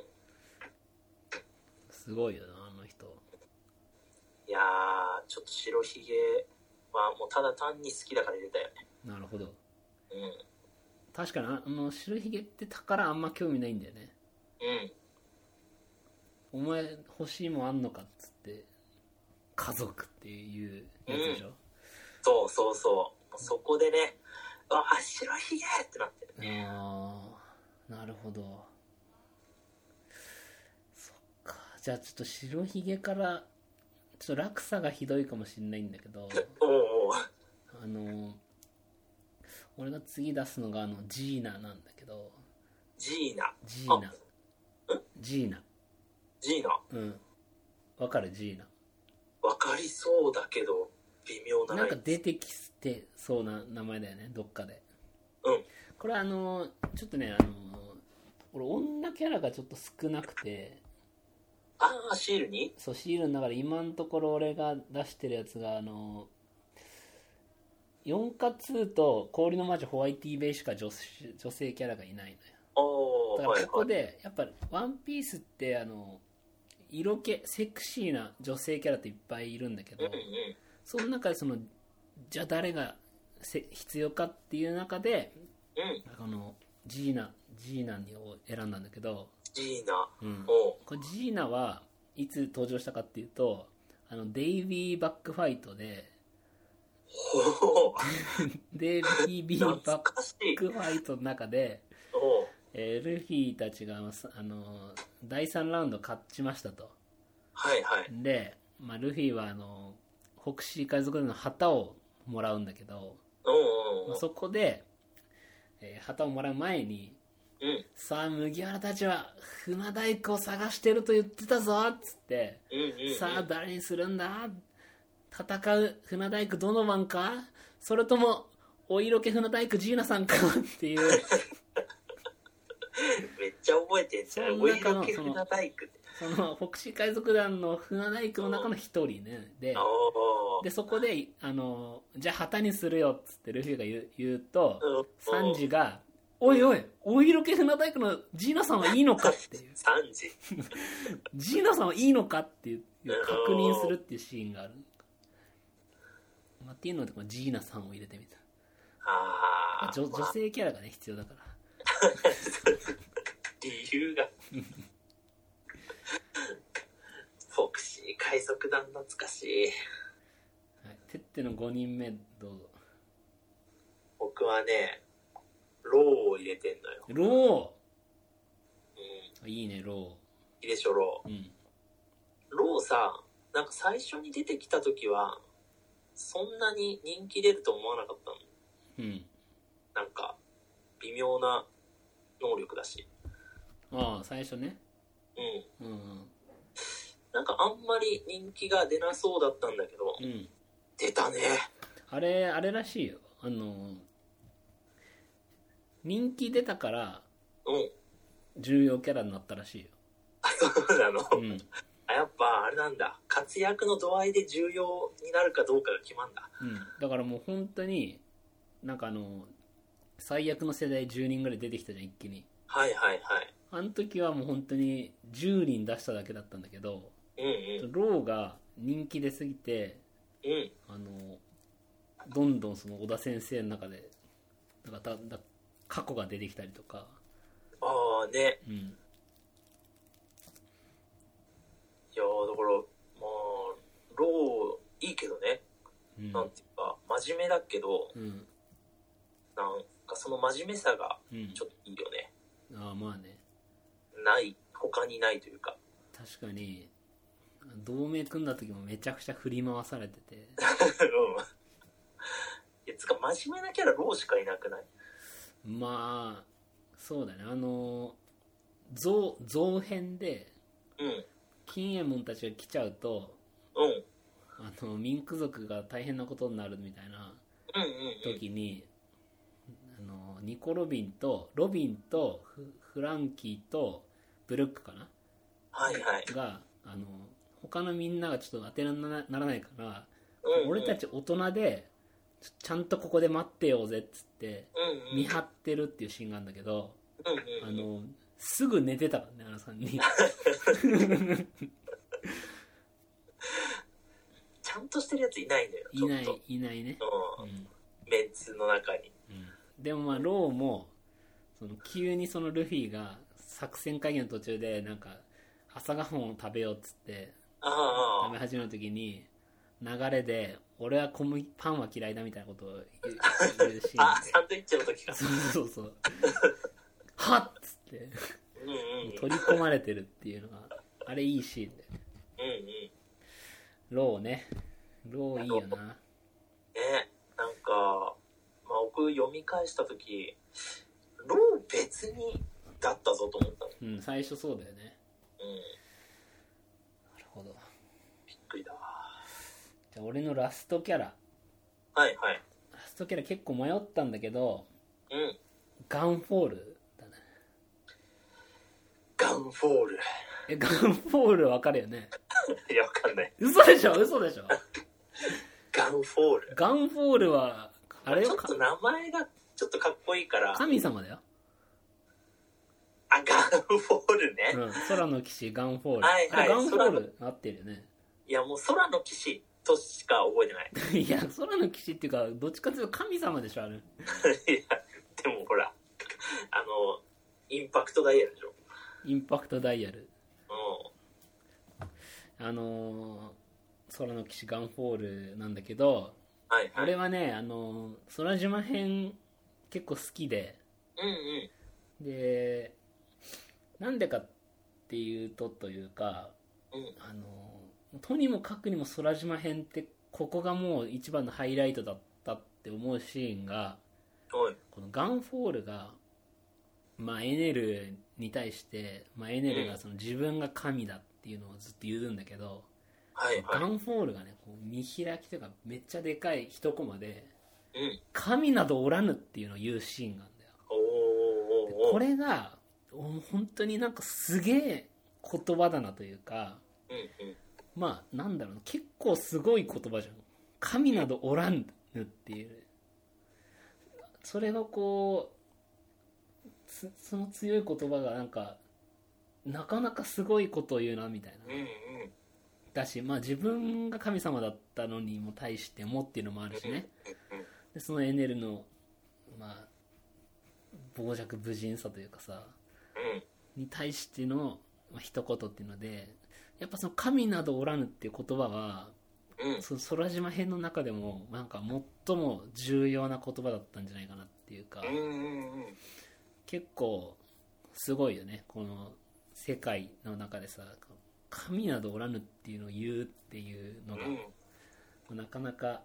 Speaker 1: すごいよな、あの人。
Speaker 2: いやー、ちょっと白ひげはもうただ単に好きだから入れたよね。
Speaker 1: なるほど。
Speaker 2: うん。
Speaker 1: 確かに、ああの、白ひげって宝あんま興味ないんだよね。
Speaker 2: うん。
Speaker 1: お前欲しいもんあんのかっつって、家族っていうやつでしょ。
Speaker 2: そうそうそう。もうそこでね、あ、白ひげってなってるね。
Speaker 1: ああなるほどそっかじゃあちょっと白ひげからちょっと落差がひどいかもしんないんだけど
Speaker 2: おうおう
Speaker 1: あの俺が次出すのがあのジーナなんだけど
Speaker 2: ジーナ。
Speaker 1: ジーナ
Speaker 2: あ
Speaker 1: ジーナ
Speaker 2: ジーナ。
Speaker 1: うんわかるジー
Speaker 2: わかりそうだけど、微妙
Speaker 1: ナな
Speaker 2: なラ
Speaker 1: ん
Speaker 2: イ
Speaker 1: か
Speaker 2: ン。
Speaker 1: 出てきてそうな名前だよねどっかで
Speaker 2: うん。
Speaker 1: これあのちょっとねあの俺女キャラがちょっと少なくて
Speaker 2: あー、シールに
Speaker 1: そうシールの中で今のところ俺が出してるやつがあの4か2と氷の魔女ホワイティーベイしか女子女性キャラがいない
Speaker 2: お
Speaker 1: の
Speaker 2: ー、
Speaker 1: よだか
Speaker 2: はい
Speaker 1: らここ
Speaker 2: はい。
Speaker 1: でやっぱ「ワンピースってあの色気セクシーな女性キャラっていっぱいいるんだけ
Speaker 2: うんう
Speaker 1: ど
Speaker 2: ん。
Speaker 1: その中でそのじゃあ誰がせ必要かっていう中で
Speaker 2: うん。
Speaker 1: あのジーナジーナを選んだんだけど、
Speaker 2: ジーナ。
Speaker 1: うん、
Speaker 2: おう
Speaker 1: これジーナはいつ登場したかっていうとあのデイビーバックファイトで
Speaker 2: ほう。
Speaker 1: デイビー
Speaker 2: 懐
Speaker 1: バッ
Speaker 2: かしい。
Speaker 1: クファイトの中で、
Speaker 2: おう。
Speaker 1: えールフィたちがあのさあの第3ラウンド勝ちましたと
Speaker 2: はいはい。
Speaker 1: で、まあ、ルフィはあの北シー海賊団の旗をもらうんだけど、
Speaker 2: おうおうお
Speaker 1: まあ
Speaker 2: う。
Speaker 1: そこで、えー旗をもらう前に
Speaker 2: うん。
Speaker 1: さあ麦わらたちは船大工を探してると言ってたぞっつって
Speaker 2: うんうんうん。
Speaker 1: さあ誰にするんだ戦う船大工ドノマンかそれともお色気船大工ジーナさんかっていう
Speaker 2: めっちゃ覚えてんじゃ
Speaker 1: そ
Speaker 2: ん。
Speaker 1: の
Speaker 2: お色
Speaker 1: 中の
Speaker 2: 気船大工って。
Speaker 1: その北シー海賊団の船大工の中の一人ねで
Speaker 2: お
Speaker 1: でそこであのじゃあ旗にするよっつってルフィが言う言うと
Speaker 2: お。
Speaker 1: サンジが「おいおいお色気船大工のジーナさんはいいのか?」っていう
Speaker 2: 3時。
Speaker 1: 「ジーナさんはいいのか?」っていう確認するっていうシーンがある、まあ、っていうのでこのジーナさんを入れてみた
Speaker 2: ああ。
Speaker 1: 女
Speaker 2: ま
Speaker 1: 女
Speaker 2: あ
Speaker 1: 性キャラがね必要だから
Speaker 2: 理
Speaker 1: [LAUGHS]
Speaker 2: 由が。 [LAUGHS] フォクシー海賊団懐かしい。
Speaker 1: はい、てっての5人目どうぞ
Speaker 2: 僕はね、ローを入れてんのよ。
Speaker 1: ロ
Speaker 2: うん。
Speaker 1: ーいいねロ
Speaker 2: いいでしょ、ロ
Speaker 1: ーうん
Speaker 2: ー。ローさ、なんか最初に出てきた時は、そんなに人気出ると思わなかったの。
Speaker 1: うん
Speaker 2: なんか、微妙な能力だし。
Speaker 1: ああ最初ね
Speaker 2: うん。
Speaker 1: うんうん
Speaker 2: なんかあんまり人気が出なそうだったんだけど、
Speaker 1: うん
Speaker 2: 出たね。
Speaker 1: あれあれらしいよあの人気出たから
Speaker 2: うん。 [LAUGHS]
Speaker 1: 重要キャラになったらしいよ
Speaker 2: あ、そうなの。
Speaker 1: うん
Speaker 2: あやっぱあれなんだ。活躍の度合いで重要になるかどうかが決まんだ。
Speaker 1: うんだからもう本当になんかあの最悪の世代10人ぐらい出てきたじゃん一気に
Speaker 2: はいはいはい。
Speaker 1: あの時はもう本当に10人出しただけだったんだけど
Speaker 2: うんうん。
Speaker 1: ローが人気出すぎて
Speaker 2: うん。
Speaker 1: あのどんどんその小田先生の中でなんかただ過去が出てきたりとか、
Speaker 2: ああね。
Speaker 1: うん、
Speaker 2: いやーだから、まあ、ロー、いいけどね。
Speaker 1: うん
Speaker 2: なんていうか、真面目だけど、
Speaker 1: うん
Speaker 2: なんかその真面目さが
Speaker 1: うん
Speaker 2: ちょっといいよね。
Speaker 1: ああまあね
Speaker 2: ない、他にないというか。
Speaker 1: 確かに同盟組んだ時もめちゃくちゃ振り回されてて
Speaker 2: うん。いや、つか真面目なキャラローしかいなくない
Speaker 1: まあそうだねあの増増編で
Speaker 2: うん。
Speaker 1: 金右衛門たちが来ちゃうと
Speaker 2: うん。
Speaker 1: あの民族族が大変なことになるみたいな
Speaker 2: うんうんうん。
Speaker 1: 時に、あのニコ・ロビンとロビンとフフランキーとブルックかな
Speaker 2: はいはい。
Speaker 1: があの他のみんながちょっと当てになならないから、
Speaker 2: うん、うん。
Speaker 1: 俺た
Speaker 2: ち、
Speaker 1: ち大人でちょちゃんとここで待ってようぜっつって
Speaker 2: うん
Speaker 1: 見張ってるっていうシーンがあるんだけど、
Speaker 2: うん。
Speaker 1: あ
Speaker 2: うんうん。
Speaker 1: のすぐ寝てたからねあの3人 [LAUGHS]
Speaker 2: ちゃんとしてるやついないのよ、ち
Speaker 1: い
Speaker 2: ょ
Speaker 1: な
Speaker 2: っと。
Speaker 1: いいないね、
Speaker 2: う。
Speaker 1: うんん
Speaker 2: メンツの中に。
Speaker 1: うん、でもまあローもその急にそのルフィが作戦会議の途中でなんか朝ごはんを食べようっつって
Speaker 2: あ
Speaker 1: 食べ
Speaker 2: あ、
Speaker 1: 始める時に流れで「俺は小麦パンは嫌いだ」みたいなことを言う言うシー
Speaker 2: ああ、
Speaker 1: ンで
Speaker 2: サンドイッチの時か。
Speaker 1: そうそうそう「はっ!」っつって
Speaker 2: うんうんうん。
Speaker 1: 取り込まれてるっていうのがあれいいシーンだよね
Speaker 2: うんうん。
Speaker 1: ローねローいいよな
Speaker 2: ねなんか、まあ、僕読み返した時ロー別にだったぞと思ったの
Speaker 1: うん最初そうだよね
Speaker 2: うん
Speaker 1: なるほど
Speaker 2: びっくりだわ
Speaker 1: じゃあ俺のラストキャラ
Speaker 2: はいはい
Speaker 1: ラストキャラ結構迷ったんだけど
Speaker 2: うん
Speaker 1: ガンフォールだね
Speaker 2: ガンフォール [LAUGHS]
Speaker 1: えガンフォールわかるよね
Speaker 2: いやわかんない
Speaker 1: 嘘でしょ嘘でしょ
Speaker 2: ガンフォール
Speaker 1: ガンフォールはあれ
Speaker 2: ち
Speaker 1: よ
Speaker 2: ょっ
Speaker 1: か
Speaker 2: と名前がちょっとかっこいいからあ
Speaker 1: 神様だよ、
Speaker 2: ガンフォールね、
Speaker 1: うん、空の騎士ガンフォール、
Speaker 2: はいは
Speaker 1: あ
Speaker 2: い
Speaker 1: れガンフォール合ってるよね [LAUGHS]
Speaker 2: いやもう空の騎士としか覚えてない [LAUGHS]
Speaker 1: いや空の騎士っていうかどっちかっていうと神様でしょあれ
Speaker 2: いやでもほら [LAUGHS] あのインパクトダイヤルでしょ
Speaker 1: インパクトダイヤル
Speaker 2: うん
Speaker 1: あのー空の騎士ガンフォールなんだけど
Speaker 2: はいはい
Speaker 1: 俺はね、あのー空島編結構好きで
Speaker 2: うんうん
Speaker 1: でなんでかっていうとというか
Speaker 2: うん
Speaker 1: あのーとにもかくにも空島編ってここがもう一番のハイライトだったって思うシーンが
Speaker 2: おい
Speaker 1: このガンフォールが、まあ、エネルに対して、まあ、エネルがその自分が神だっていうのをずっと言うんだけど、
Speaker 2: はいはい
Speaker 1: ガンフォールがねこう見開きというかめっちゃでかい一コマで
Speaker 2: うん
Speaker 1: 「神などおらぬ」っていうのを言うシーンがあるんだよ
Speaker 2: おーおーおー
Speaker 1: これがお本当になんかすげえ言葉だなというか
Speaker 2: うんうん
Speaker 1: まあなんだろうな結構すごい言葉じゃん神などおらぬっていうそれがこうつその強い言葉がなんかなかなかすごいことを言うなみたいな
Speaker 2: うんうん
Speaker 1: だし、まあ、自分が神様だったのにも対してもっていうのもあるしねでそのエネルの、まあ、傍若無人さというかさ
Speaker 2: うん
Speaker 1: に対しての、まあ、一言っていうのでやっぱその「神などおらぬ」っていう言葉は
Speaker 2: うんうん
Speaker 1: その空島編の中でもなんか最も重要な言葉だったんじゃないかなっていうか
Speaker 2: うんうんうん
Speaker 1: 結構すごいよねこの世界の中でさ「神などおらぬ」っていうのを言うっていうのが。
Speaker 2: うん
Speaker 1: なかなか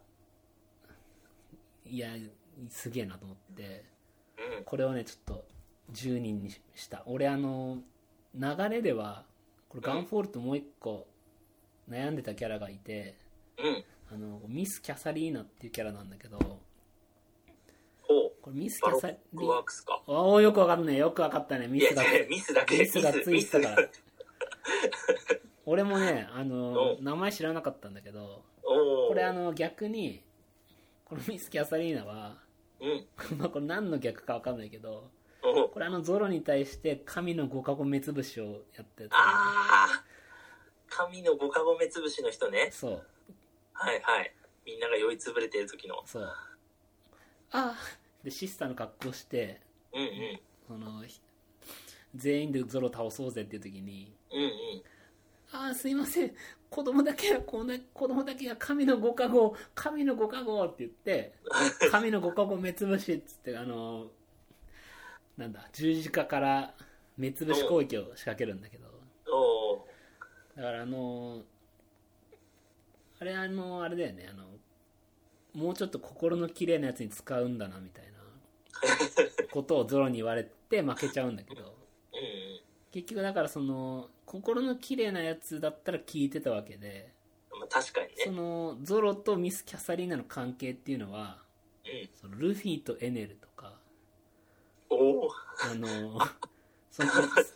Speaker 1: いやすげえなと思って
Speaker 2: うん
Speaker 1: これをねちょっと10人にした俺あの流れではこれガンフォールともう一個悩んでたキャラがいて
Speaker 2: うん
Speaker 1: あのミス・キャサリーナっていうキャラなんだけど
Speaker 2: ほう
Speaker 1: これミス・キ
Speaker 2: バロ
Speaker 1: ャサリ
Speaker 2: ック
Speaker 1: ー
Speaker 2: ワー
Speaker 1: ナ
Speaker 2: クスか
Speaker 1: おおよくわかんないよくわかったねミ
Speaker 2: いや
Speaker 1: スが
Speaker 2: 違うミスだけ
Speaker 1: ミスがついてたか
Speaker 2: ミ
Speaker 1: ら俺もねあの
Speaker 2: うん
Speaker 1: 名前知らなかったんだけど
Speaker 2: おお
Speaker 1: これあの逆にこのミス・キャサリーナは [LAUGHS]
Speaker 2: うん
Speaker 1: まあこれ何の逆か分かんないけど
Speaker 2: お
Speaker 1: これあのゾロに対して神の五カゴ目つぶしをやったやつ
Speaker 2: ああ神の五かご目つぶしの人ね。
Speaker 1: そう
Speaker 2: はいはい。みんなが酔いつぶれてる時の。
Speaker 1: そうああでシスターの格好して
Speaker 2: うんうん。
Speaker 1: そのひ全員でゾロ倒そうぜっていう時に
Speaker 2: うんうん。
Speaker 1: 「ああすいません子供だけはこんな子供だけが神のご加護神のご加護」って言って「神のご加護目つぶし」っつってあのなんだ十字架から目つぶし攻撃を仕掛けるんだけど
Speaker 2: おお。
Speaker 1: だからあのあれあのあれだよねあのもうちょっと心の綺麗なやつに使うんだなみたいなことをゾロに言われて負けちゃうんだけど
Speaker 2: うんう
Speaker 1: 結局だからその心の綺麗なやつだったら聞いてたわけで
Speaker 2: ん。まあ確かに
Speaker 1: そ
Speaker 2: ね。
Speaker 1: のゾロとミス・キャサリーナの関係っていうのは
Speaker 2: うん。
Speaker 1: そのルフィとエネルとか
Speaker 2: おお。
Speaker 1: あのその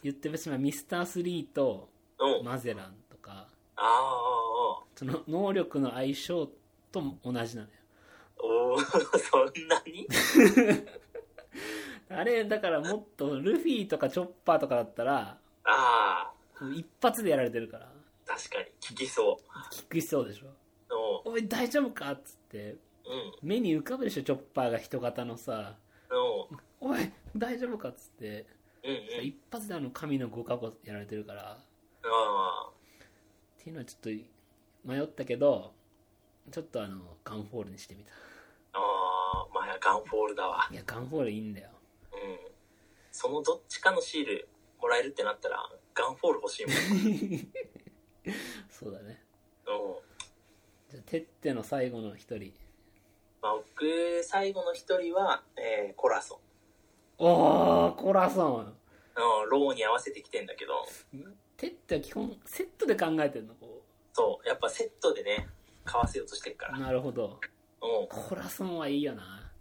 Speaker 1: 言ってしまうミスター3と
Speaker 2: うん。あ
Speaker 1: マゼランとか
Speaker 2: あああ。
Speaker 1: その能力の相性とも同じなのよ
Speaker 2: おお。そんなに
Speaker 1: あれだからもっとルフィとかチョッパーとかだったら
Speaker 2: ああ。
Speaker 1: 一発でやられてるから
Speaker 2: 確かに。聞きそ
Speaker 1: キックしそうでしょ
Speaker 2: う。お
Speaker 1: 「おい大丈夫か?」っつって
Speaker 2: お。うん。
Speaker 1: 目に浮かぶでしょチョッパーが人型のさ
Speaker 2: おお。
Speaker 1: 「おい大丈夫か?」っつって
Speaker 2: うんうん。
Speaker 1: 一発であの神のご加護やられてるから
Speaker 2: ああ。
Speaker 1: っていうのはちょっと迷ったけどちょっとあのガンフォールにしてみた
Speaker 2: ああ。まあガンフォールだわ。
Speaker 1: いやガンフォールいいんだよ
Speaker 2: うん。そのどっちかのシールもらえるってなったら、ガンフォール欲しいもん。
Speaker 1: そうだね
Speaker 2: うん。
Speaker 1: じゃあテッテの最後の一人
Speaker 2: まあ、僕、最後の一人は、えーコラソ
Speaker 1: おーコラソン
Speaker 2: ン。うん、ローに合わせてきてんだけど、
Speaker 1: テッテは基本セットで考えてるのこ
Speaker 2: そう、やっぱセットでね、買わせようとしてるから。
Speaker 1: う
Speaker 2: うん。
Speaker 1: なるほどコラソンはいいよな、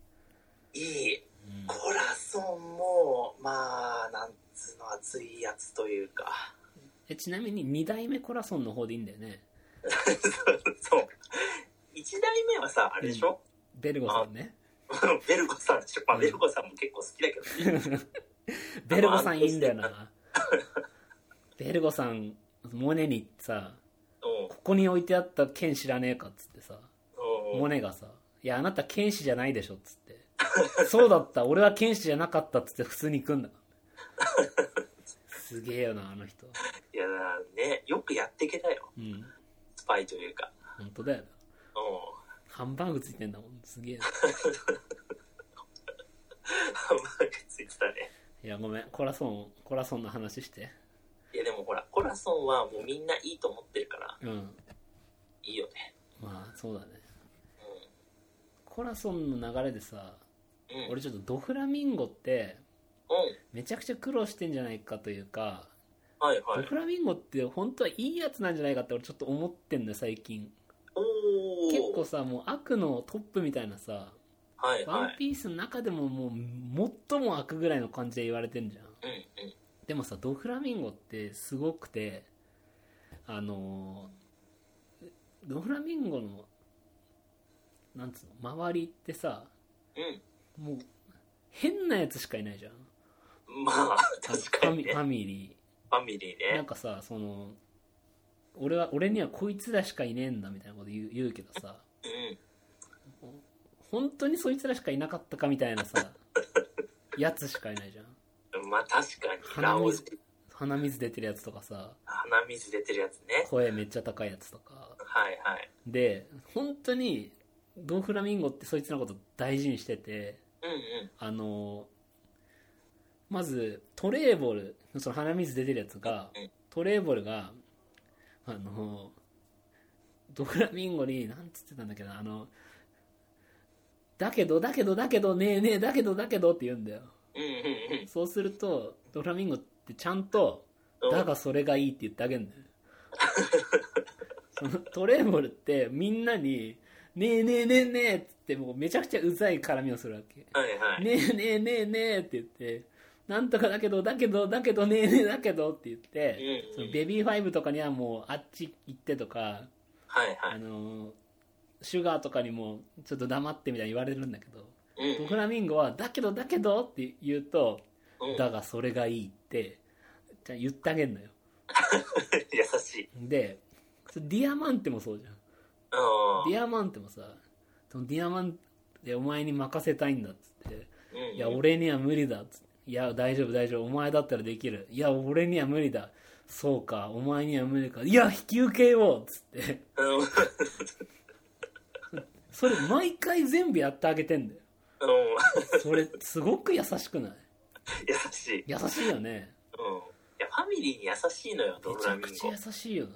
Speaker 2: いい。
Speaker 1: うん
Speaker 2: コラソンも、まあ、なんつうの、熱いやつというか。 [LAUGHS]
Speaker 1: えちなみに2代目コラソンの方でいいんだよね
Speaker 2: そう。一代目はさ、あれでしょ、
Speaker 1: ベルゴさんね
Speaker 2: [LAUGHS] ベルコさんでしょまあ、
Speaker 1: うん
Speaker 2: ベルコさんも結構好きだけどね。
Speaker 1: ベルゴさんいいんだよなベルゴさんモネにさ
Speaker 2: うん
Speaker 1: ここに置いてあった剣知らねえかっつってさ
Speaker 2: うん。
Speaker 1: モネがさ「いやあなた剣士じゃないでしょ」っつって「そうだった俺は剣士じゃなかった」っつって普通に行くんだすげえよなあの人
Speaker 2: いや、ね、よくやっていけたよ。
Speaker 1: うん
Speaker 2: スパイというか。
Speaker 1: 本当だよな
Speaker 2: うん。
Speaker 1: ハンバーグついてんだもんすげえな
Speaker 2: ハンバーグついてたね。
Speaker 1: いやごめんコラソンコラソンの話して
Speaker 2: いやでもほら、コラソンはもうみんないいと思ってるから、
Speaker 1: うん
Speaker 2: いいよね。
Speaker 1: まあそうだねコラソンの流れでさ
Speaker 2: うん。うん。
Speaker 1: 俺ちょっとドフラミンゴって
Speaker 2: うん。
Speaker 1: めちゃくちゃ苦労してんじゃないかというか、
Speaker 2: はいは
Speaker 1: ド
Speaker 2: い。
Speaker 1: フラミンゴって本当はいいやつなんじゃないかって俺ちょっと思ってんだよ最近
Speaker 2: おー。
Speaker 1: 結構さもう悪のトップみたいなさ
Speaker 2: はい
Speaker 1: ワ
Speaker 2: は
Speaker 1: ン
Speaker 2: い。
Speaker 1: ピースの中でももう最も悪ぐらいの感じで言われてんじゃん
Speaker 2: うんうん。
Speaker 1: でもさドフラミンゴってすごくてあのードフラミンゴのなんつうの周りってさ
Speaker 2: う
Speaker 1: もう変なやつしかいないじゃん
Speaker 2: ん。ま
Speaker 1: [LAUGHS]
Speaker 2: あ、確かにね。
Speaker 1: フ
Speaker 2: フ
Speaker 1: ァミリ
Speaker 2: ァミリー
Speaker 1: ーなん
Speaker 2: ね。
Speaker 1: かさその俺は俺にはこいつらしかいねえんだみたいなこと言う言うけどさ
Speaker 2: うん。
Speaker 1: 本当にそいつらしかいなかったかみたいな
Speaker 2: [LAUGHS]
Speaker 1: さやつしかいないじゃん
Speaker 2: まあ確かに。
Speaker 1: 鼻
Speaker 2: ラオ
Speaker 1: 水
Speaker 2: ズ、
Speaker 1: 鼻水出てるやつとかさ
Speaker 2: 鼻水出てるやつね。
Speaker 1: 声めっちゃ高いやつとか
Speaker 2: はいはい。
Speaker 1: で本当にドンフラミンゴってそいつのこと大事にしてて
Speaker 2: うんうん。
Speaker 1: あのまずトレーボルその鼻水出てるやつが
Speaker 2: うん
Speaker 1: トレーボルがあのドフラミンゴになんつってたんだけどあのだけどだけどだけどねえねえだけどだけどって言うんだよ
Speaker 2: うんうん
Speaker 1: そうするとドフラミンゴってちゃんと
Speaker 2: うん。
Speaker 1: だがそれがいいって言ってあげるんだよそのトレーボルってみんなに「ねえねえねえねえ」っつってもうめちゃくちゃうざい絡みをするわけ「
Speaker 2: はいはい。
Speaker 1: ねえねえねえねえ」って言って「なんとかだけどだけどだけどねえねえだけど」って言って、
Speaker 2: うん
Speaker 1: そうの
Speaker 2: ん。
Speaker 1: ベビーファイブとかにはもうあっち行ってとか、
Speaker 2: はいは
Speaker 1: あ
Speaker 2: い。
Speaker 1: のーシュガーとかにもちょっと黙ってみたいに言われるんだけど、
Speaker 2: うん
Speaker 1: ドフラミンゴは「だけどだけど」って言うと
Speaker 2: う
Speaker 1: 「
Speaker 2: ん。
Speaker 1: だがそれがいい」ってじゃあ言ってあげるのよ
Speaker 2: [LAUGHS] 優しい。
Speaker 1: でそれディアマンテもそうじゃん
Speaker 2: うん。
Speaker 1: ディアマンテもさそのディアマンテお前に任せたいんだっつって
Speaker 2: うん
Speaker 1: いや、俺には無理だ。つっていや、大丈夫、大丈夫。お前だったらできる。いや、俺には無理だ。そうか、お前には無理か。いや、引き受けようつって。 [LAUGHS]
Speaker 2: うん。 [LAUGHS] うん。
Speaker 1: それ、毎回全部やってあげてんだよ。それ、すごく優しくない
Speaker 2: 優しい。
Speaker 1: 優しいよね。
Speaker 2: うん。いや、ファミリーに優しいのよ、ド
Speaker 1: め
Speaker 2: ル
Speaker 1: ち
Speaker 2: ラ
Speaker 1: ゃ
Speaker 2: ミ
Speaker 1: く
Speaker 2: ン
Speaker 1: ち
Speaker 2: ゴ。
Speaker 1: ゃ
Speaker 2: う
Speaker 1: 優しいよな。
Speaker 2: ん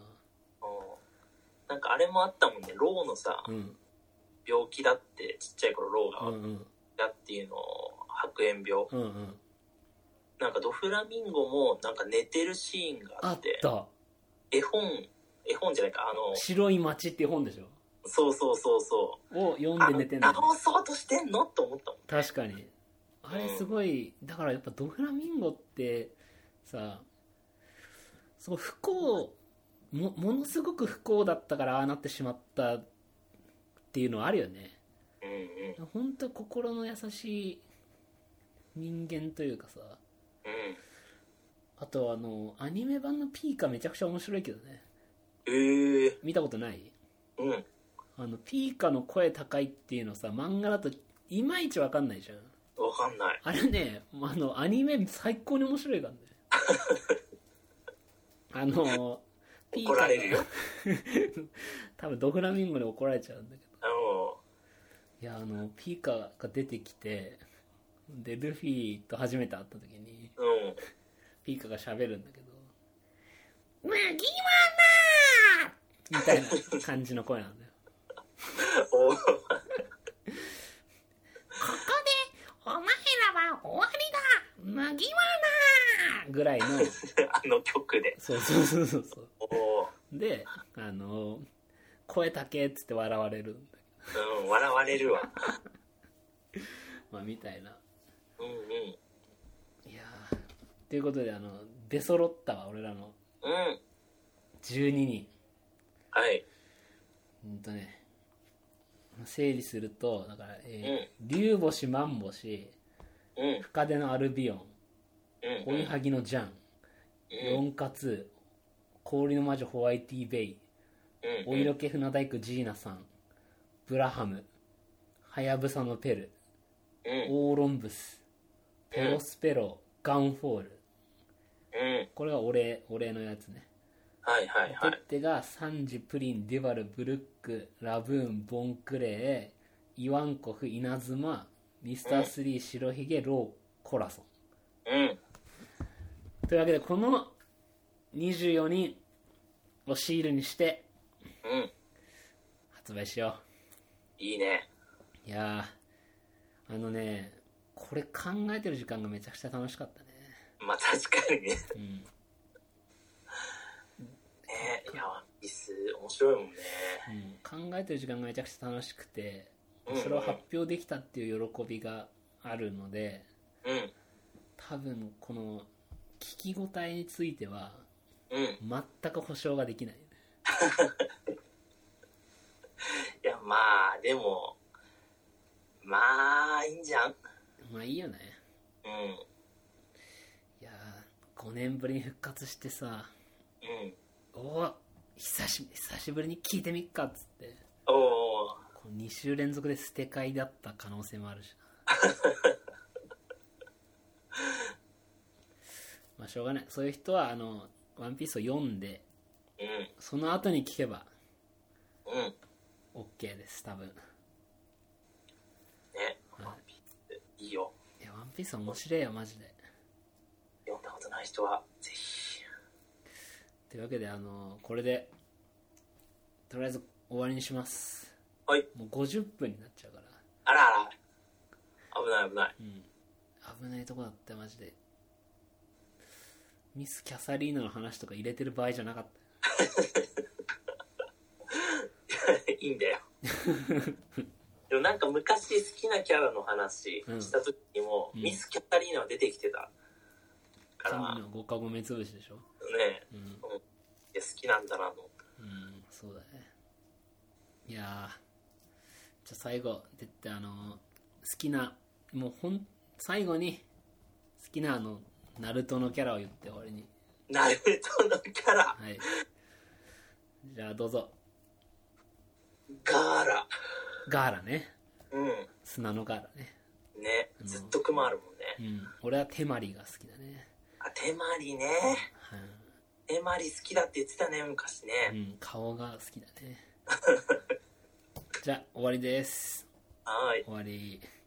Speaker 2: なんかあれもあったもんね、ローのさ、
Speaker 1: うん。
Speaker 2: 病気だって、ちっちゃい頃ロ
Speaker 1: う
Speaker 2: ーが
Speaker 1: んうん。
Speaker 2: だっていうのを、白炎病。
Speaker 1: うんうん。
Speaker 2: なんかドフラミンゴも、なんか寝てるシーンがあ
Speaker 1: あ
Speaker 2: っ、
Speaker 1: ってた。
Speaker 2: 絵本、絵本じゃないか、あの、
Speaker 1: 白い街っていう本でしょ
Speaker 2: そうそうそうそう。
Speaker 1: を読
Speaker 2: あ
Speaker 1: んで
Speaker 2: の
Speaker 1: 寝てんだよね
Speaker 2: 直そうとしてんのと思ったもん。
Speaker 1: 確かにあれすごいだからやっぱドフラミンゴってさすごい不幸もものすごく不幸だったからああなってしまったっていうのはあるよね
Speaker 2: うんうん。
Speaker 1: 本当心の優しい人間というかさ
Speaker 2: うん。
Speaker 1: あとあのアニメ版のピーカめちゃくちゃ面白いけどね
Speaker 2: ええ
Speaker 1: 見たことない
Speaker 2: うん。
Speaker 1: あのピーカの声高いっていうのさ漫画だといまいちわかんないじゃん
Speaker 2: わかんない。
Speaker 1: あれね、あの、アニメ最高に面白 [LAUGHS] いからね。あの、ピーカ
Speaker 2: 怒られるよ
Speaker 1: が [LAUGHS] 多分ドフラミンゴに怒られちゃうんだけど。
Speaker 2: あの、
Speaker 1: いや、あの、ピーカが出てきて、で、ルフィと初めて会った時に、
Speaker 2: うん。
Speaker 1: ピーカが喋るんだけど、マギマナーみたいな感じの声なんだよ。
Speaker 2: お
Speaker 1: お前らは終わりだマギマナーぐらいの、
Speaker 2: あの曲で。
Speaker 1: そうそうそうそうそう。
Speaker 2: おお。
Speaker 1: で、あの、声高けっつって笑われるんだけ
Speaker 2: うん、笑われるわ。
Speaker 1: ど、まあ、みたいな。
Speaker 2: うんうん。
Speaker 1: いやーということで、あの、出揃ったわ、俺らの
Speaker 2: うん。
Speaker 1: 12人。
Speaker 2: はい。
Speaker 1: うんとね、整理すると、だから、えー竜星万星、
Speaker 2: うん。うん。
Speaker 1: 深手のアルビオン、
Speaker 2: う
Speaker 1: 追い
Speaker 2: ん。
Speaker 1: はぎのジャン、
Speaker 2: うん。
Speaker 1: 四活、氷の魔女ホワイティベイ、お色気船大工ジーナさん、ブラハム、ハヤブサのペル、
Speaker 2: うん。
Speaker 1: オーロンブスペロスペロガンフォール
Speaker 2: うん。
Speaker 1: これが俺俺のやつね
Speaker 2: はいはい
Speaker 1: ペ
Speaker 2: は
Speaker 1: ッ
Speaker 2: い。
Speaker 1: テがサンジプリンデュバルブルックラブーンボンクレーイワンコフ稲妻ミスター3白ひげローコラソ
Speaker 2: うん。
Speaker 1: ンというわけでこの24人をシールにして
Speaker 2: うん。
Speaker 1: 発売しよ
Speaker 2: いいね。
Speaker 1: ういやーあのねこれ考えてる時間がめちゃくちゃ楽しかったね
Speaker 2: まあ確かにね。
Speaker 1: うん
Speaker 2: ねいや、ワンピース面白いもんね。
Speaker 1: うん、考えてる時間がめちゃくちゃ楽しくて
Speaker 2: うんうん
Speaker 1: それを発表できたっていう喜びがあるので
Speaker 2: うん。
Speaker 1: 多分この聞き応えについては
Speaker 2: うん。い
Speaker 1: 全く保証ができない
Speaker 2: や、まあ、でも、まあ、いいんじゃん。
Speaker 1: まあいいよね
Speaker 2: うん。
Speaker 1: いやー5年ぶりに復活してさ
Speaker 2: うん。
Speaker 1: おお久し久しぶりに聞いてみっかっつって
Speaker 2: おお。
Speaker 1: こう2週連続で捨て替えだった可能性もあるしな [LAUGHS] まあしょうがないそういう人はあの「ワンピースを読んで
Speaker 2: うん。
Speaker 1: その後に聞けば
Speaker 2: うん。
Speaker 1: OK です多分
Speaker 2: ね。ワンピース、いいよ。
Speaker 1: いや「ワンピース面白いよマジで
Speaker 2: 読んだことない人は、ぜひ。
Speaker 1: というわけであのこれでとりあえず終わりにします
Speaker 2: はい。
Speaker 1: もう50分になっちゃうから
Speaker 2: あらあら。危ない危ない。
Speaker 1: うん危ないとこだったよマジでミス・キャサリーナの話とか入れてる場合じゃなかった
Speaker 2: い [LAUGHS] いんだ
Speaker 1: [LAUGHS]
Speaker 2: よ。でもなんか昔好きなキャラの話した時にも、
Speaker 1: うん
Speaker 2: ミス・キャタリーナは出てきてたか
Speaker 1: 神
Speaker 2: ら、
Speaker 1: の5か5目つぶしでしょ
Speaker 2: ね
Speaker 1: うん、うん、
Speaker 2: いや好きなんだなと思って。
Speaker 1: そうだねいやーじゃあ最後でってあの好きなもうほん最後に好きなあのナルトのキャラを言って終わりに [LAUGHS]
Speaker 2: ナルトのキャラ、
Speaker 1: はいじゃあどうぞ。
Speaker 2: ガーラ。
Speaker 1: ガーラね。
Speaker 2: う
Speaker 1: 砂のガーラね。
Speaker 2: ん。ね。ずっと熊あるもんね。
Speaker 1: うん。俺はテマリが好きだね。
Speaker 2: あ、手まりね。手まり好きだって言ってたね、昔
Speaker 1: う
Speaker 2: ね。
Speaker 1: ん。顔が好きだね。じゃあ終わりです。
Speaker 2: はーい。
Speaker 1: 終わり。